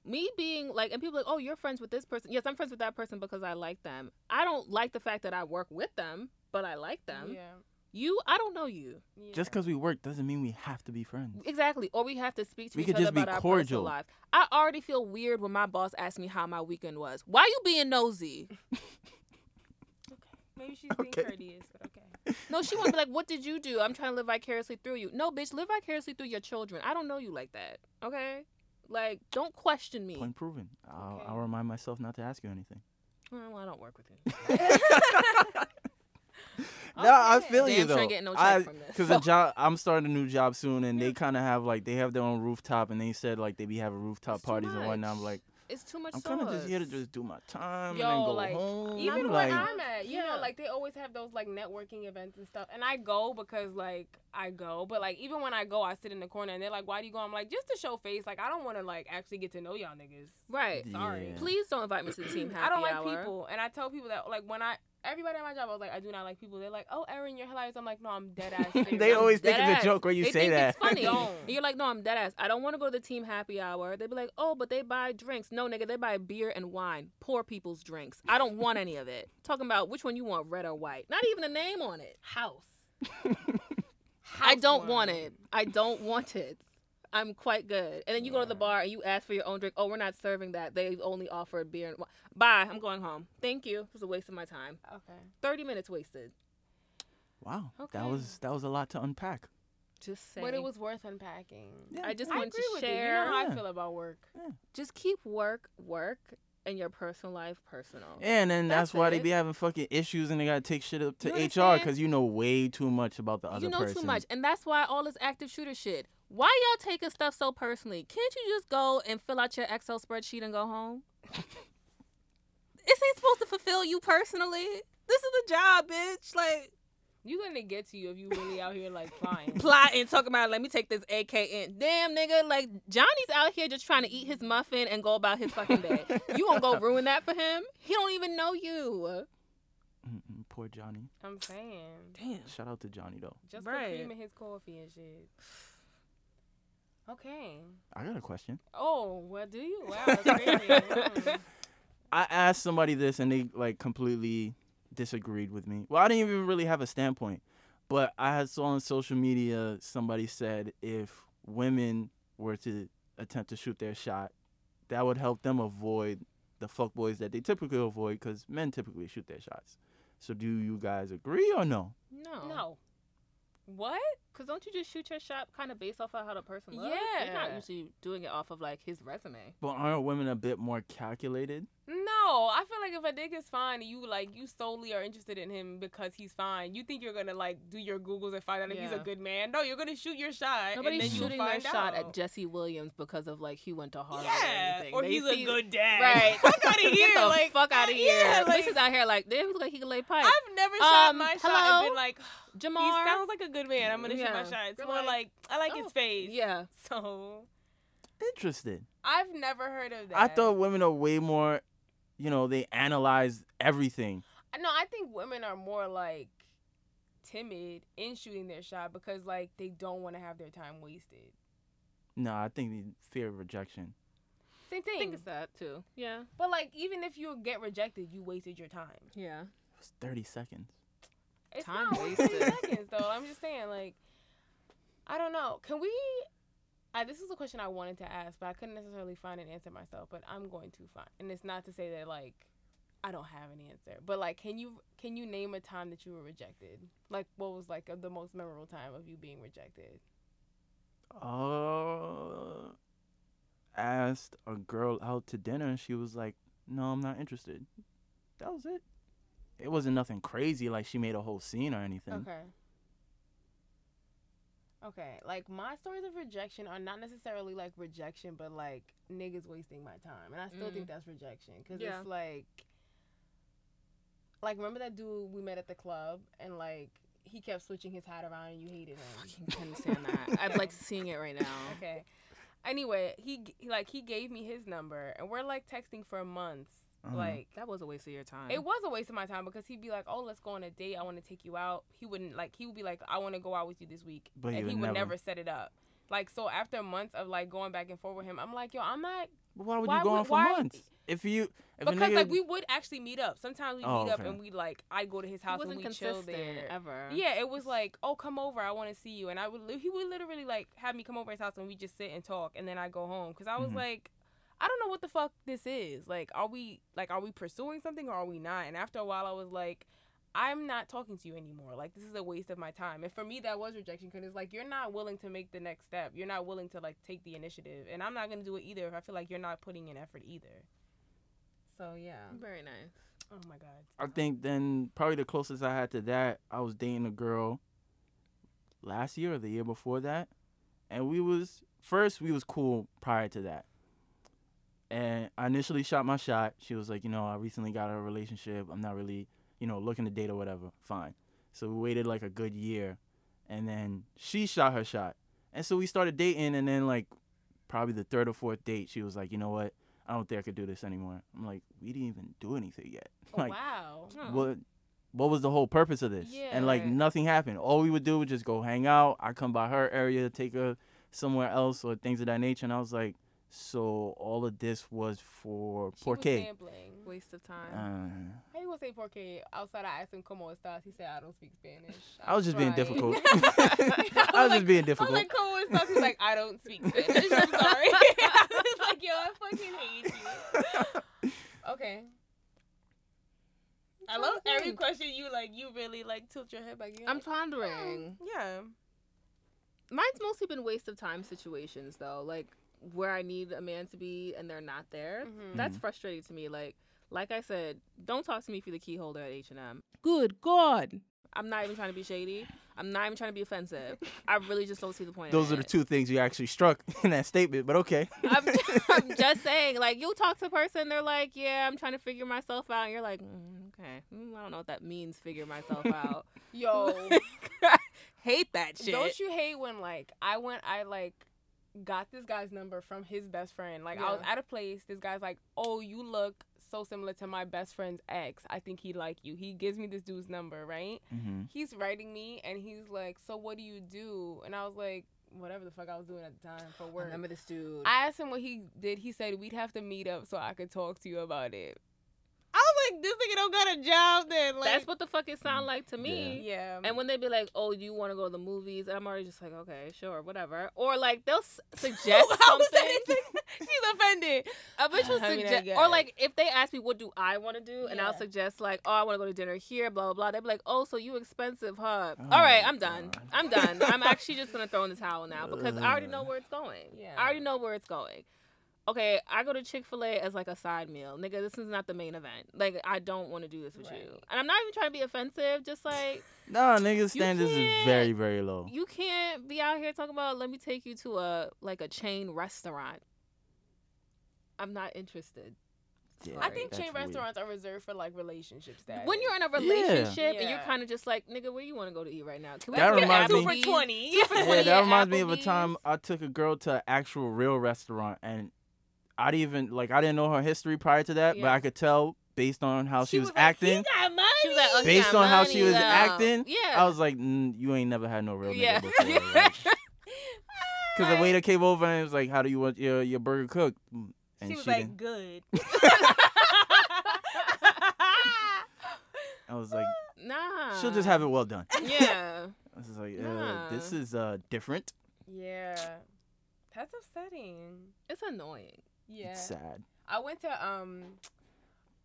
B: Me being like and people like, "Oh, you're friends with this person." Yes, I'm friends with that person because I like them. I don't like the fact that I work with them, but I like them.
A: Yeah.
B: You, I don't know you.
A: yeah.
D: Just because we work doesn't mean we have to be friends.
B: Exactly. Or we have to speak to
D: We
B: each
D: could
B: other
D: just be
B: about our
D: cordial.
B: personal lives. I already feel weird when my boss asks me how my weekend was. Why you being nosy?
A: maybe she's being
D: Okay.
A: courteous, but okay.
B: No, she want to be like, "What did you do?" I'm trying to live vicariously through you. No, bitch, live vicariously through your children. I don't know you like that. Okay, like don't question me.
D: Point proven. I'll, I'll
A: Okay.
D: remind myself not to ask you anything.
B: Oh, well, I don't work with you.
D: No, I
A: Okay.
D: feel you
B: Damn
D: though.
B: sure ain't getting no check
D: I,
B: from this.
D: Cause the job, I'm starting a new job soon, and they kind of have like they have their own rooftop, and they said like they be having rooftop
B: It's too
D: parties and whatnot.
B: much.
D: I'm like,
B: It's too much.
D: I'm kind of just here to
B: sauce.
D: just do my time and then
A: Yo,
D: go
A: like,
D: home.
A: Even when
D: like,
A: I'm at, you
B: Yeah.
A: know, like they always have those like networking events and stuff, and I go because like I go, but like even when I go, I sit in the corner and they're like, "Why do you go?" I'm like, "Just to show face. Like I don't want to like actually get to know y'all niggas.
B: right.
A: sorry.
D: Yeah.
B: Please don't invite me to the team happy
A: I don't like
B: hour.
A: people, and I tell people that like when I everybody at my job, I was like, I do not like people. They're like, "Oh, Erin, you're hilarious." I'm like, "No, I'm dead ass." serious."
D: they
A: I'm
D: always think
B: dead
D: it's
B: ass.
D: a joke when you
B: they
D: say
B: think
D: that.
B: It's funny.
A: Don't.
B: And you're like, no, I'm dead ass. I don't want to go to the team happy hour. They'd be like, oh, but they buy drinks. No, nigga, they buy beer and wine. Poor people's drinks. I don't want any of it. Talking about which one you want, red or white. Not even a name on it.
A: house.
B: I don't
A: House wine.
B: want it. I don't want it. I'm quite good. And then you go to the
D: Right.
B: bar and you ask for your own drink. Oh, we're not serving that. They've only offered beer and wine. Bye. I'm going home. Thank you. It was a waste of my time.
A: Okay.
B: 30 minutes wasted.
D: wow, that
A: Okay.
D: was that was a lot to unpack.
B: Just saying.
A: But it was worth unpacking.
D: Yeah.
B: I just
A: I
B: wanted
A: agree
B: to
A: with you.
B: share.
A: You know how
D: Yeah.
A: I feel about work.
B: Just keep work, work, and your personal life personal.
D: And then that's,
B: That's
D: why they
B: it.
D: be having fucking issues, and they gotta take shit up to
B: You know what I'm
D: HR
B: saying?
D: because you know way too much about the other
B: you know
D: person.
B: too much and that's why all this active shooter shit why y'all taking stuff so personally can't you just go and fill out your excel spreadsheet and go home This ain't supposed to fulfill you personally. This is a job, bitch. Like
A: You gonna get to you if you really out here like flying.
B: plotting, talking about let me take this AK in. Damn nigga, like Johnny's out here just trying to eat his muffin and go about his fucking day. you gonna go ruin that for him? He don't even know you.
D: Mm-mm, Poor Johnny.
A: I'm saying.
E: Damn.
D: Shout out to Johnny though.
A: Just
E: Right.
A: for creaming his coffee and shit. Okay.
D: I got a question.
A: Oh, what do you? Wow, that's crazy. Mm.
D: I asked somebody this and they like completely disagreed with me. Well, I didn't even really have a standpoint, but I had saw on social media somebody said if women were to attempt to shoot their shot, that would help them avoid the fuckboys that they typically avoid because men typically shoot their shots. So do you guys agree or no?
B: No.
A: No. What?
B: Cause don't you just shoot your shot kind of based off of how the person looks? You're not
A: Yeah.
B: usually doing it off of like his resume.
D: But aren't women a bit more calculated?
A: No, I feel like if a dick is fine and you like you solely are interested in him because he's fine, you think you're gonna like do your googles and find out if he's
B: Yeah.
A: a good man. No, you're gonna shoot your shot. and then
B: Nobody's
A: you'll
B: shooting their
A: find
B: shot at
A: out.
B: Jesse Williams because of like he went to Harvard or
A: Yeah,
B: anything.
A: or
B: They
A: he's
B: see-
A: a good dad.
B: Right.
A: Fuck out of here.
B: Get the
A: like
B: fuck out of here.
A: Yeah, like,
B: Bitches out here like they look like he can lay pipe.
A: I've never shot
B: Um,
A: my shot
B: hello?
A: and been like, he
B: Jamar.
A: sounds like a good man. I'm gonna shoot my
B: Yeah.
A: shot. It's
B: You're
A: more
B: like,
A: like, I like
B: oh,
A: his face.
B: yeah.
A: So
D: Interested.
A: I've never heard of that.
D: I thought women are way more, you know, they analyze everything.
A: No, I think women are more like timid in shooting their shot because like they don't want to have their time wasted.
D: No, I think the fear of rejection.
A: Same
B: I think
A: thing.
B: it's that too. Yeah.
A: But like even if you get rejected, you wasted your time.
B: Yeah.
D: It was 30 seconds.
A: It's
B: Time
A: not wasted
B: wasted.
A: seconds though. I'm just saying like I don't know. Can we I, this is a question I wanted to ask, but I couldn't necessarily find an answer myself. But I'm going to find, and it's not to say that like I don't have an answer, but like, can you can you name a time that you were rejected? Like, what was like the most memorable time of you being rejected?
D: Uh, asked a girl out to dinner and she was like, No, I'm not interested. That was it. It wasn't nothing crazy like she made a whole scene or anything.
A: Okay. Okay, like my stories of rejection are not necessarily like rejection, but like niggas wasting my time, and I still
B: Mm.
A: think that's rejection because
B: Yeah.
A: it's like, like remember that dude we met at the club, and like he kept switching his hat around, and you hated him.
B: Fucking couldn't stand that. I'm like seeing it right now.
A: okay. Anyway, he g- he, like he gave me his number, and we're like texting for months.
B: Mm-hmm.
D: Uh-huh.
A: Like
B: That was a waste of your time.
A: it was a waste of my time because he'd be like, "Oh, let's go on a date. I want to take you out." He wouldn't like. He would be like, "I want to go out with you this week,"
D: But he
A: and
D: would
A: he would
D: never.
A: never. set it up. Like so, after months of like going back and forth with him, I'm like, "Yo, I'm not."
D: But why would
A: Why
D: you go
A: would-
D: on for
A: why-
D: months? If you, if a
A: because
D: nigga,
A: like we would actually meet up. Sometimes we
D: Oh,
A: meet up
D: okay.
A: and we like I go to his
B: It
A: house and
B: wasn't
A: we chill
B: consistent
A: there.
B: ever.
A: Yeah, it was like, oh, come over. I want to see you. And I would, li- he would literally like have me come over his house and we just sit and talk. And then I go home because I was
D: Mhm.
A: like, I don't know what the fuck this is. Like, are we like, are we pursuing something or are we not? And after a while, I was like, I'm not talking to you anymore. Like, this is a waste of my time. And for me, that was rejection because it's like you're not willing to make the next step. You're not willing to like take the initiative. And I'm not gonna do it either if I feel like you're not putting in effort either. So yeah.
B: Very nice.
A: Oh my god.
D: I think then probably the closest I had to that, I was dating a girl last year or the year before that, and we was first we was cool prior to that. And I initially shot my shot. She was like, you know, I recently got out of a relationship. I'm not really, you know, looking to date or whatever. Fine. So we waited like a good year, and then she shot her shot, and so we started dating. And then like probably the third or fourth date, she was like, you know what? I don't think I could do this anymore. I'm like, we didn't even do anything yet.
A: Oh,
D: like, mm,
A: wow.
B: Huh.
D: what what was the whole purpose of this? And like
A: Yeah.
D: nothing happened. All we would do would just go hang out. I come by her area, take her somewhere else or things of that nature. And I was like, so all of this was for
A: She
D: poor
A: was
D: K.
A: sampling.
B: Waste of
D: Uh,
B: time.
A: How you gonna say porque outside I asked him como estas? He said I don't speak Spanish.
D: I was just being
A: trying."
D: difficult.
A: I
D: I was just
A: like-
D: being
A: I was
D: difficult.
A: like como estas. He's like I don't speak Spanish. I'm sorry. I was like yo, I fucking hate you. Okay. I love every question you like. You really like tilt your head back. You're
B: I'm
A: like,
B: pondering.
A: Yeah.
B: Mine's mostly been waste of time situations though, like where I need a man to be and they're not there.
A: Mhm.
B: That's frustrating to me. Like, like I said, don't talk to me for the key holder at H and M. Good God. I'm not even trying to be shady. I'm not even trying to be offensive. I really just don't see the point.
D: Those are
B: in
D: the
B: it.
D: two things you actually struck in that statement, but okay.
B: I'm just, I'm just saying, like you talk to a person, they're like, "Yeah, I'm trying to figure myself out." And you're like, mm, "Okay, Mm, I don't know what that means, figure myself out."
A: Yo,
B: Hate that shit.
A: Oh. Don't you hate when like I went I like got this guy's number from his best friend. Like I was
B: Yeah.
A: at a place, this guy's like, "Oh, you look so similar to my best friend's ex. I think he like you." He gives me this dude's number, right?
D: Mm-hmm.
A: He's writing me and he's like, "So what do you do?" And I was like, "Whatever the fuck I was doing at the time for work."
B: remember this dude.
A: I asked him what he did. He said we'd have to meet up so I could talk to you about it. I was like, "This nigga don't got a job then." Like,
B: That's what the fuck it sound like to me.
A: yeah.
B: And when they be like, "Oh, you want to go to the movies?" I'm already just like, "Okay, sure, whatever." Or like they'll s- suggest
A: How was that
B: something.
A: she's offended.
B: A bitch will
A: I mean, I
B: suggest,
A: get
B: or
A: it.
B: like if they ask me, "What do I want to do?" and I'll
A: Yeah.
B: suggest like, "Oh, I want to go to dinner here," blah blah blah. They'd be like, "Oh, so you expensive, huh?"
D: Oh
B: All right,
D: my
B: I'm done.
D: God.
B: I'm done. I'm actually just gonna throw in the towel now because I already know
D: Ugh.
B: where it's going.
A: Yeah.
B: I already know where it's going. Okay, I go to Chick Fil A as like a side meal, nigga. This is not the main event. Like, I don't want to do this with
A: Right.
B: you, and I'm not even trying to be offensive. Just like.
D: Nah, nigga, standards is very, very low.
B: You can't be out here talking about let me take you to a like a chain restaurant. I'm not interested.
D: Yeah,
A: I think
D: that's
A: chain
D: weird.
A: restaurants are reserved for like relationship status.
B: When you're in a
D: Yeah.
B: relationship and you're
A: Yeah.
B: kind of just like, nigga, where you want to go to eat right now? Can
D: That
B: just get
D: reminds
B: Applebee's?"
D: me-
A: two for twenty.
B: Two for
A: Yeah.
B: 20
D: Yeah, that
B: at
D: reminds me of a time
B: Applebee's.
D: I took a girl to an actual real restaurant, and I didn't even like I didn't know her history prior to that, but
B: Yeah.
D: I could tell based on how she, was,
A: like,
D: acting.
A: He got money.
B: She was like, "Oh, he
D: Based
B: got
D: on how
B: money,
D: she was
B: though."
D: acting,
B: yeah,
D: I was like, mm, you ain't never had no real nigga
B: Yeah.
D: before.
B: Yeah.
D: Because the waiter came over and was like, how do you want your, your burger cooked? Mm, And
A: she was
D: didn't-
A: like, good.
D: I was like,
B: nah.
D: she'll just have it well done.
B: Yeah,
D: I was like, uh,
B: Nah.
D: this is uh, different.
A: yeah, that's upsetting.
B: it's annoying.
A: Yeah,
D: It's sad.
A: I went to um,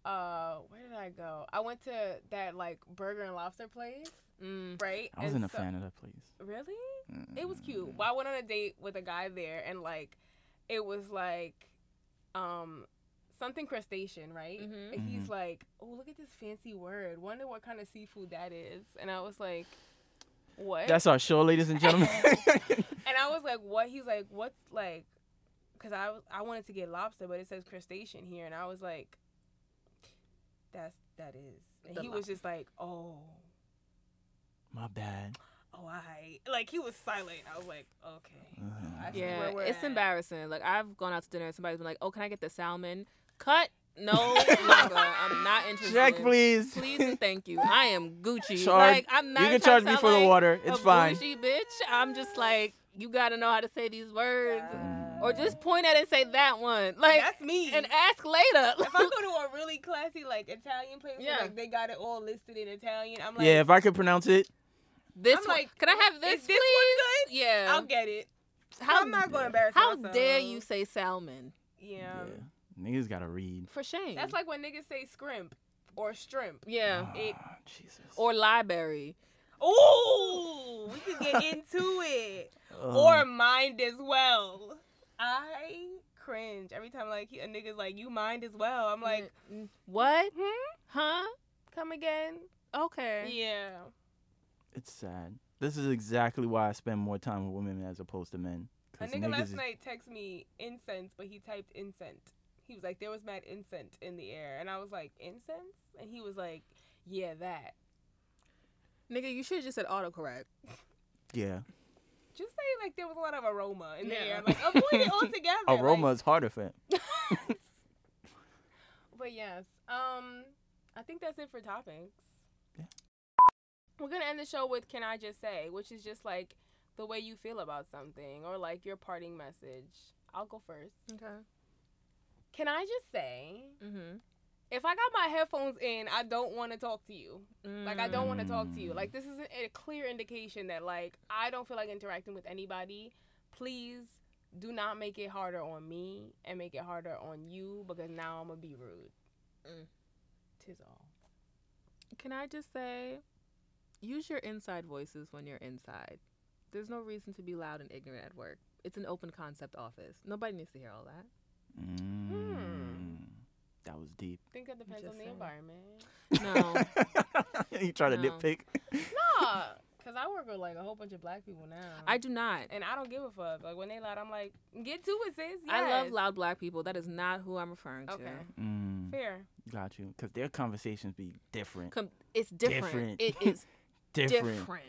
A: uh, where did I go? I went to that like burger and lobster place,
B: Mm.
A: right?
D: I wasn't
A: And
D: a
A: so-
D: fan of that place.
A: Really?
D: Mm.
A: It was cute. Well, I went on a date with a guy there, and like, it was like, um, something crustacean, right?
B: Mhm.
A: And he's like, "Oh, look at this fancy word. Wonder what kind of seafood that is." And I was like, "What?"
D: That's our show, ladies and gentlemen.
A: and I was like, "What?" He's like, "What's like?" Because I was- I wanted to get lobster, but it says crustacean here, and I was like, "That's that is." And
B: The
A: he
B: lo-
A: was just like, "Oh."
D: My bad.
A: Oh, I like he was silent. I was like, okay.
D: Uh-huh.
A: I see
B: Yeah,
A: where we're
B: it's
A: at.
B: embarrassing. Like I've gone out to dinner and somebody's been like, "Oh, can I get the salmon?" Cut. No, longer. I'm not interested.
D: Check, please.
B: Please and thank you. I am Gucci.
D: Charge-
B: Like I'm not.
D: you can
B: trying
D: charge
B: to
D: me
B: sound
D: for the
B: like
D: water.
B: a
D: It's fine.
B: bougie bitch. I'm just like you gotta know how to say these words,
A: Uh,
B: or just point at it and say that one. Like
A: that's me.
B: and ask later.
A: if I go to a really classy like Italian place, where,
B: Yeah.
A: like they got it all listed in Italian. I'm like,
D: yeah, if I could pronounce it,
B: this
A: I'm
B: one.
A: like,
B: can I have this,
A: is this
B: please?
A: one good?
B: Yeah.
A: I'll get it.
B: how
A: I'm not going to embarrass
B: how
A: myself.
B: dare you say salmon?
A: Yeah.
D: yeah. niggas gotta read.
B: For shame.
A: That's like when niggas say scrimp or shrimp.
B: yeah.
A: It-
D: Ah, Jesus.
B: Or library.
A: Ooh, we could get into it.
D: Ugh.
A: Or mind as well. I cringe every time like he- a nigga's like, you mind as well. I'm like,
B: Mm, what?
A: hmm?
B: Huh?
A: Come again?
B: Okay.
A: Yeah.
D: it's sad. This is exactly why I spend more time with women as opposed to men.
A: A
D: 'Cause
A: nigga
D: niggas
A: last
D: is-
A: night texted me incense, but he typed incense. He was like, there was mad incense in the air. And I was like, incense? And he was like, yeah, that.
B: Nigga, you should have just said autocorrect.
D: yeah,
A: Just say like there was a lot of aroma in the
B: Yeah.
A: air. Like avoid it altogether. like-
D: aroma is harder for him.
A: but yes, um, I think that's it for topics.
D: Yeah.
A: We're gonna end the show with "Can I Just Say," which is just like the way you feel about something or like your parting message. I'll go first.
B: Okay.
A: Can I just say,
B: Mm-hmm.
A: if I got my headphones in, I don't want to talk to you. Like I don't want to talk to you.
D: Mm.
A: Like this is a, a clear indication that like I don't feel like interacting with anybody. Please do not make it harder on me and make it harder on you because now I'm gonna be rude.
B: Mm.
A: Tis all.
B: Can I just say, use your inside voices when you're inside. There's no reason to be loud and ignorant at work. It's an open concept office. Nobody needs to hear all that.
D: Mm. That was deep.
A: think it depends
B: Just
A: on the
B: saying.
A: environment.
B: No.
D: you trying to
B: No.
D: nitpick?
A: Nah, cause I work with like a whole bunch of black people now.
B: I do not.
A: and I don't give a fuck. Like when they loud, I'm like, get to it, sis.
B: I love
A: Yes.
B: loud black people. That is not who I'm referring to.
A: Okay,
D: Mm,
A: fair.
D: got you. Because their conversations be different.
B: Com- it's different.
D: Different.
B: It is
D: Different.
B: different.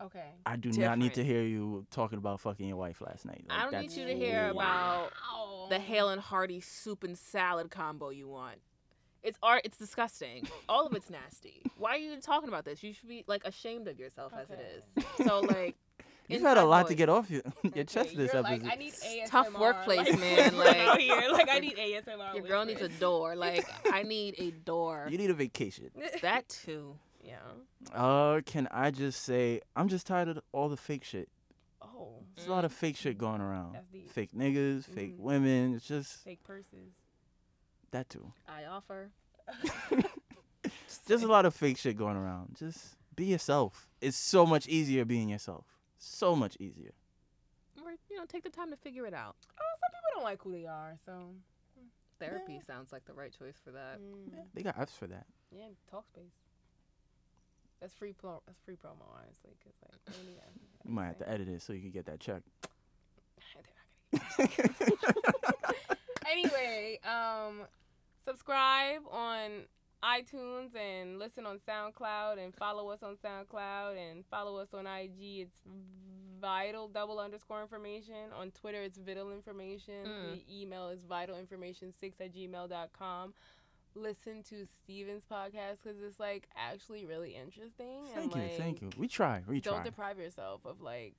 A: Okay.
D: I do not need to
B: Different.
D: hear you talking about fucking your wife last night.
B: I
D: Like,
B: don't need
D: that's-
B: you to hear
D: Ooh.
B: about
A: Ow.
B: the Hale and Hardy soup and salad combo you want. It's art. It's disgusting. All of it's nasty. Why are you even talking about this? You should be like ashamed of yourself as it is. So like,
D: You've
B: in
D: had a
B: my
D: lot to
B: voice.
D: get off your, your
A: Okay,
D: chest this
A: you're
D: episode.
A: Like, I need ASMR.
B: Tough workplace,
A: like,
B: man,
A: whisper
B: like-
A: out here. like I need ASMR.
B: Your girl needs a
A: whispers.
B: door. Like I need a door.
D: you need a vacation.
A: Mm.
B: that too.
A: yeah.
D: Uh, can I just say I'm just tired of all the fake shit.
A: Oh,
B: Mm.
D: There's a lot of fake shit going
A: Mm.
D: around.
A: That's deep.
D: Fake niggas, fake
A: Mhm.
D: women. It's just
A: fake purses.
D: that too.
B: I offer.
D: Just a lot of fake shit going around. Just be yourself. It's so much easier being yourself. So much easier.
B: Or you know, take the time to figure it out.
A: Oh, some people don't like who they are, so
B: Therapy sounds like the right choice for that.
A: mm,
D: They got apps for that.
A: yeah, talk space. That's free. Pro- that's free promo, honestly. Cause like, really, yeah,
D: You might have to edit it so you can get that check.
A: They're not gonna get it. anyway, um, subscribe on iTunes and listen on SoundCloud and follow us on SoundCloud and follow us on IG. It's vital double underscore information. On Twitter, it's vital information.
B: Mm.
A: The email is vitalinformation6 at gmail.com. Listen to Steven's podcast because it's like actually really interesting.
D: Thank
A: and,
D: you, thank
A: like,
D: you. We try, we
A: Don't
D: try.
A: deprive yourself of like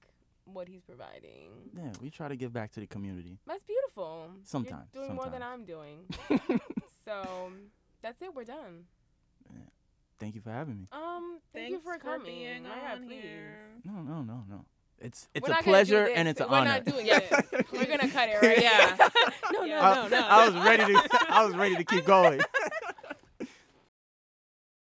A: what he's providing.
D: yeah, we try to give back to the community.
A: That's beautiful.
D: Sometimes,
A: You're doing more than
D: sometimes.
A: I'm doing. so that's it. We're done.
D: Thank you for having me.
A: Um, thank you
E: Thanks
A: for,
E: for
A: coming.
E: being
A: My God,
E: on
A: please.
E: here.
D: No, no, no, no. It's it's
A: We're not gonna
D: a
A: do
D: pleasure and
A: this.
D: it's an
A: We're
D: honor.
A: not doing this. We're gonna cut it right.
B: Yeah.
A: no, no,
D: I,
A: no, no.
D: I was ready to. I was ready to keep going.